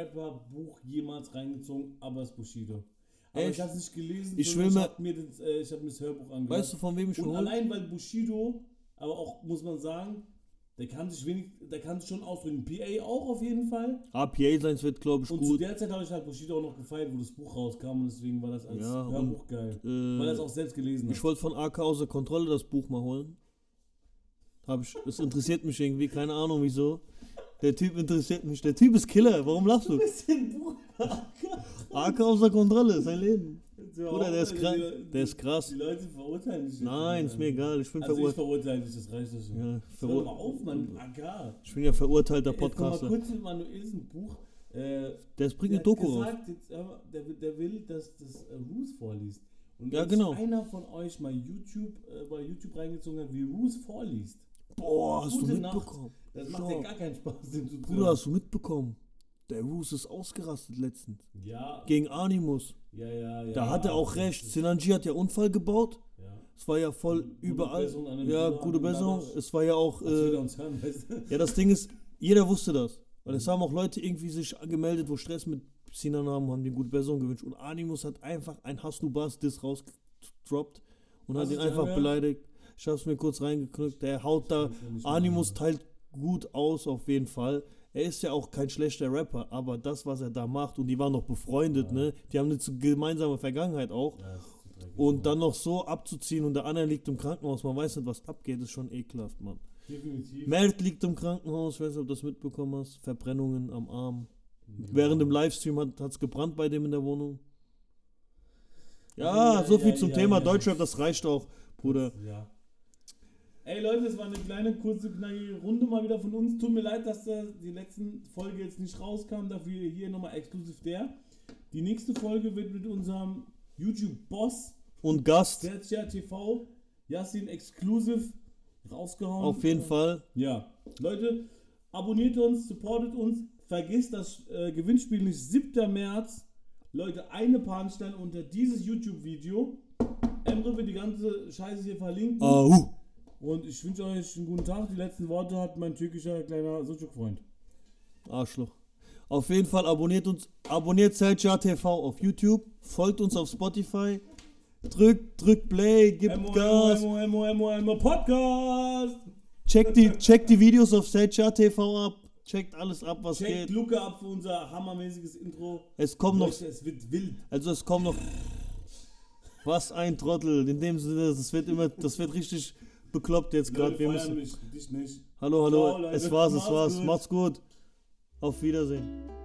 B: Rapper-Buch jemals reingezogen, aber es ist Bushido. Aber
C: Echt?
B: ich habe es nicht gelesen.
C: Ich
B: sondern
C: will
B: ich habe mir, das, äh, ich hab mir das Hörbuch angehört.
C: Weißt du, von wem ich
B: Und
C: hole?
B: allein weil Bushido, aber auch muss man sagen, der kann sich wenig, der kann sich schon ausdrücken. PA auch auf jeden Fall.
C: Ah, PA seins wird, glaube ich,
B: Und zu
C: gut.
B: der Zeit habe ich halt Bushido auch noch gefeiert, wo das Buch rauskam und deswegen war das als
C: Ja,
B: Hörbuch geil. weil er es
C: Äh,
B: auch selbst gelesen
C: ich
B: hat.
C: wollte von AK außer Kontrolle das Buch mal holen. Hab ich, es interessiert mich irgendwie, keine Ahnung wieso. Der Typ interessiert mich. Der Typ ist Killer, warum lachst du?
B: Ist ein Buch.
C: AK außer Kontrolle, sein Leben.
B: Bruder,
C: Bruder, der ist krass. Der ist krass.
B: Die Leute verurteilen dich. jetzt.
C: Nein, ist mir egal. Ich bin
B: Also ich
C: verurteilt.
B: verurteile dich, das reicht das schon.
C: Ja,
B: Hör mal
C: verur
B: auf, Mann. Ah, Agar.
C: ich bin ja verurteilter
B: Jetzt komm mal
C: Podcaster.
B: kurz zu Manuelsen Buch. Äh,
C: Der bringt
B: der
C: eine
B: hat
C: Doku raus.
B: gesagt, jetzt, hör mal, der, will- der will, dass das äh, Roos vorliest. Und
C: Ja,
B: wenn
C: genau.
B: einer von euch mal YouTube, äh, bei YouTube reingezogen hat, wie Roos vorliest,
C: Boah, hast du
B: Gute Nacht.
C: mitbekommen?
B: das macht
C: Schau.
B: ja gar keinen Spaß, den zu
C: Bruder,
B: tun.
C: hast du mitbekommen? Der Roos ist ausgerastet letztens.
B: Ja,
C: Gegen Animus.
B: ja, ja, ja.
C: Da hat er auch recht. Sinanji hat ja Unfall gebaut.
B: Ja.
C: Es war ja voll überall.
B: Besserung an den
C: ja,
B: Bruder,
C: gute
B: an den
C: Besserung.
B: Dadasch.
C: Es war ja auch.
B: Als wir da
C: Äh,
B: uns hören, weißt du?
C: ja, das Ding ist, jeder wusste das. Weil es haben auch Leute irgendwie sich angemeldet, wo Stress mit Sinan-Namen haben den gute Besserung gewünscht. Und Animus hat einfach ein Hasnubas-Diss rausgedroppt und
B: Was
C: hat
B: ist
C: ihn
B: der
C: einfach
B: Herr?
C: beleidigt. Ich hab's mir kurz reingeknückt. Der haut da. Animus teilt gut aus, auf jeden Fall. Er ist ja auch kein schlechter Rapper, aber das, was er da macht, und die waren noch befreundet, ne? Die haben eine zu- gemeinsame Vergangenheit auch.
B: Ja, das ist dreckig.
C: Und dann noch so abzuziehen und der andere liegt im Krankenhaus, man weiß nicht, was abgeht, ist schon ekelhaft, Mann.
B: Definitiv.
C: Mert liegt im Krankenhaus, ich weiß nicht, ob du das mitbekommen hast. Verbrennungen am Arm. Während dem Livestream hat es gebrannt bei dem in der Wohnung. Ja,
B: Ja,
C: so
B: ja,
C: viel zum
B: ja,
C: Thema
B: ja.
C: Deutschrap, das reicht auch, Bruder.
B: Ja. Ey Leute, es war eine kleine, kurze, knackige Runde mal wieder von uns. Tut mir leid, dass da die letzten Folge jetzt nicht rauskam. Dafür hier nochmal exklusiv der. Die nächste Folge wird mit unserem YouTube-Boss
C: Und Gast,
B: Sergia TV Yassin exklusiv rausgehauen.
C: auf jeden Fall.
B: Ja. Leute, abonniert uns, supportet uns. Vergesst das äh, Gewinnspiel nicht. 7. März. Leute, eine Panstein unter dieses YouTube-Video. Emre wird die ganze Scheiße hier verlinken.
C: Au.
B: Und ich wünsche euch einen guten Tag. Die letzten Worte hat mein türkischer kleiner Sucuk-Freund.
C: Arschloch. Auf jeden Fall abonniert uns, abonniert Sergia TV auf YouTube, folgt uns auf Spotify, drückt, drückt Play, gibt
B: Emo,
C: Gas,
B: Emo, Emo, Emo, Emo, Podcast!
C: checkt die, checkt die Videos auf Sergia TV ab, checkt alles ab, was
B: Checkt
C: geht.
B: Luca ab für unser hammermäßiges Intro.
C: Es kommen noch,
B: Leute, es wird wild.
C: also es kommen noch, was ein Trottel, in dem Sinne, das wird immer, das wird richtig bekloppt jetzt gerade,
B: Leute,
C: wir
B: feiern
C: müssen,
B: mich, dich nicht.
C: hallo,
B: Ciao,
C: hallo,
B: Leute.
C: es war's, es
B: Macht's
C: war's,
B: gut.
C: macht's gut, auf Wiedersehen.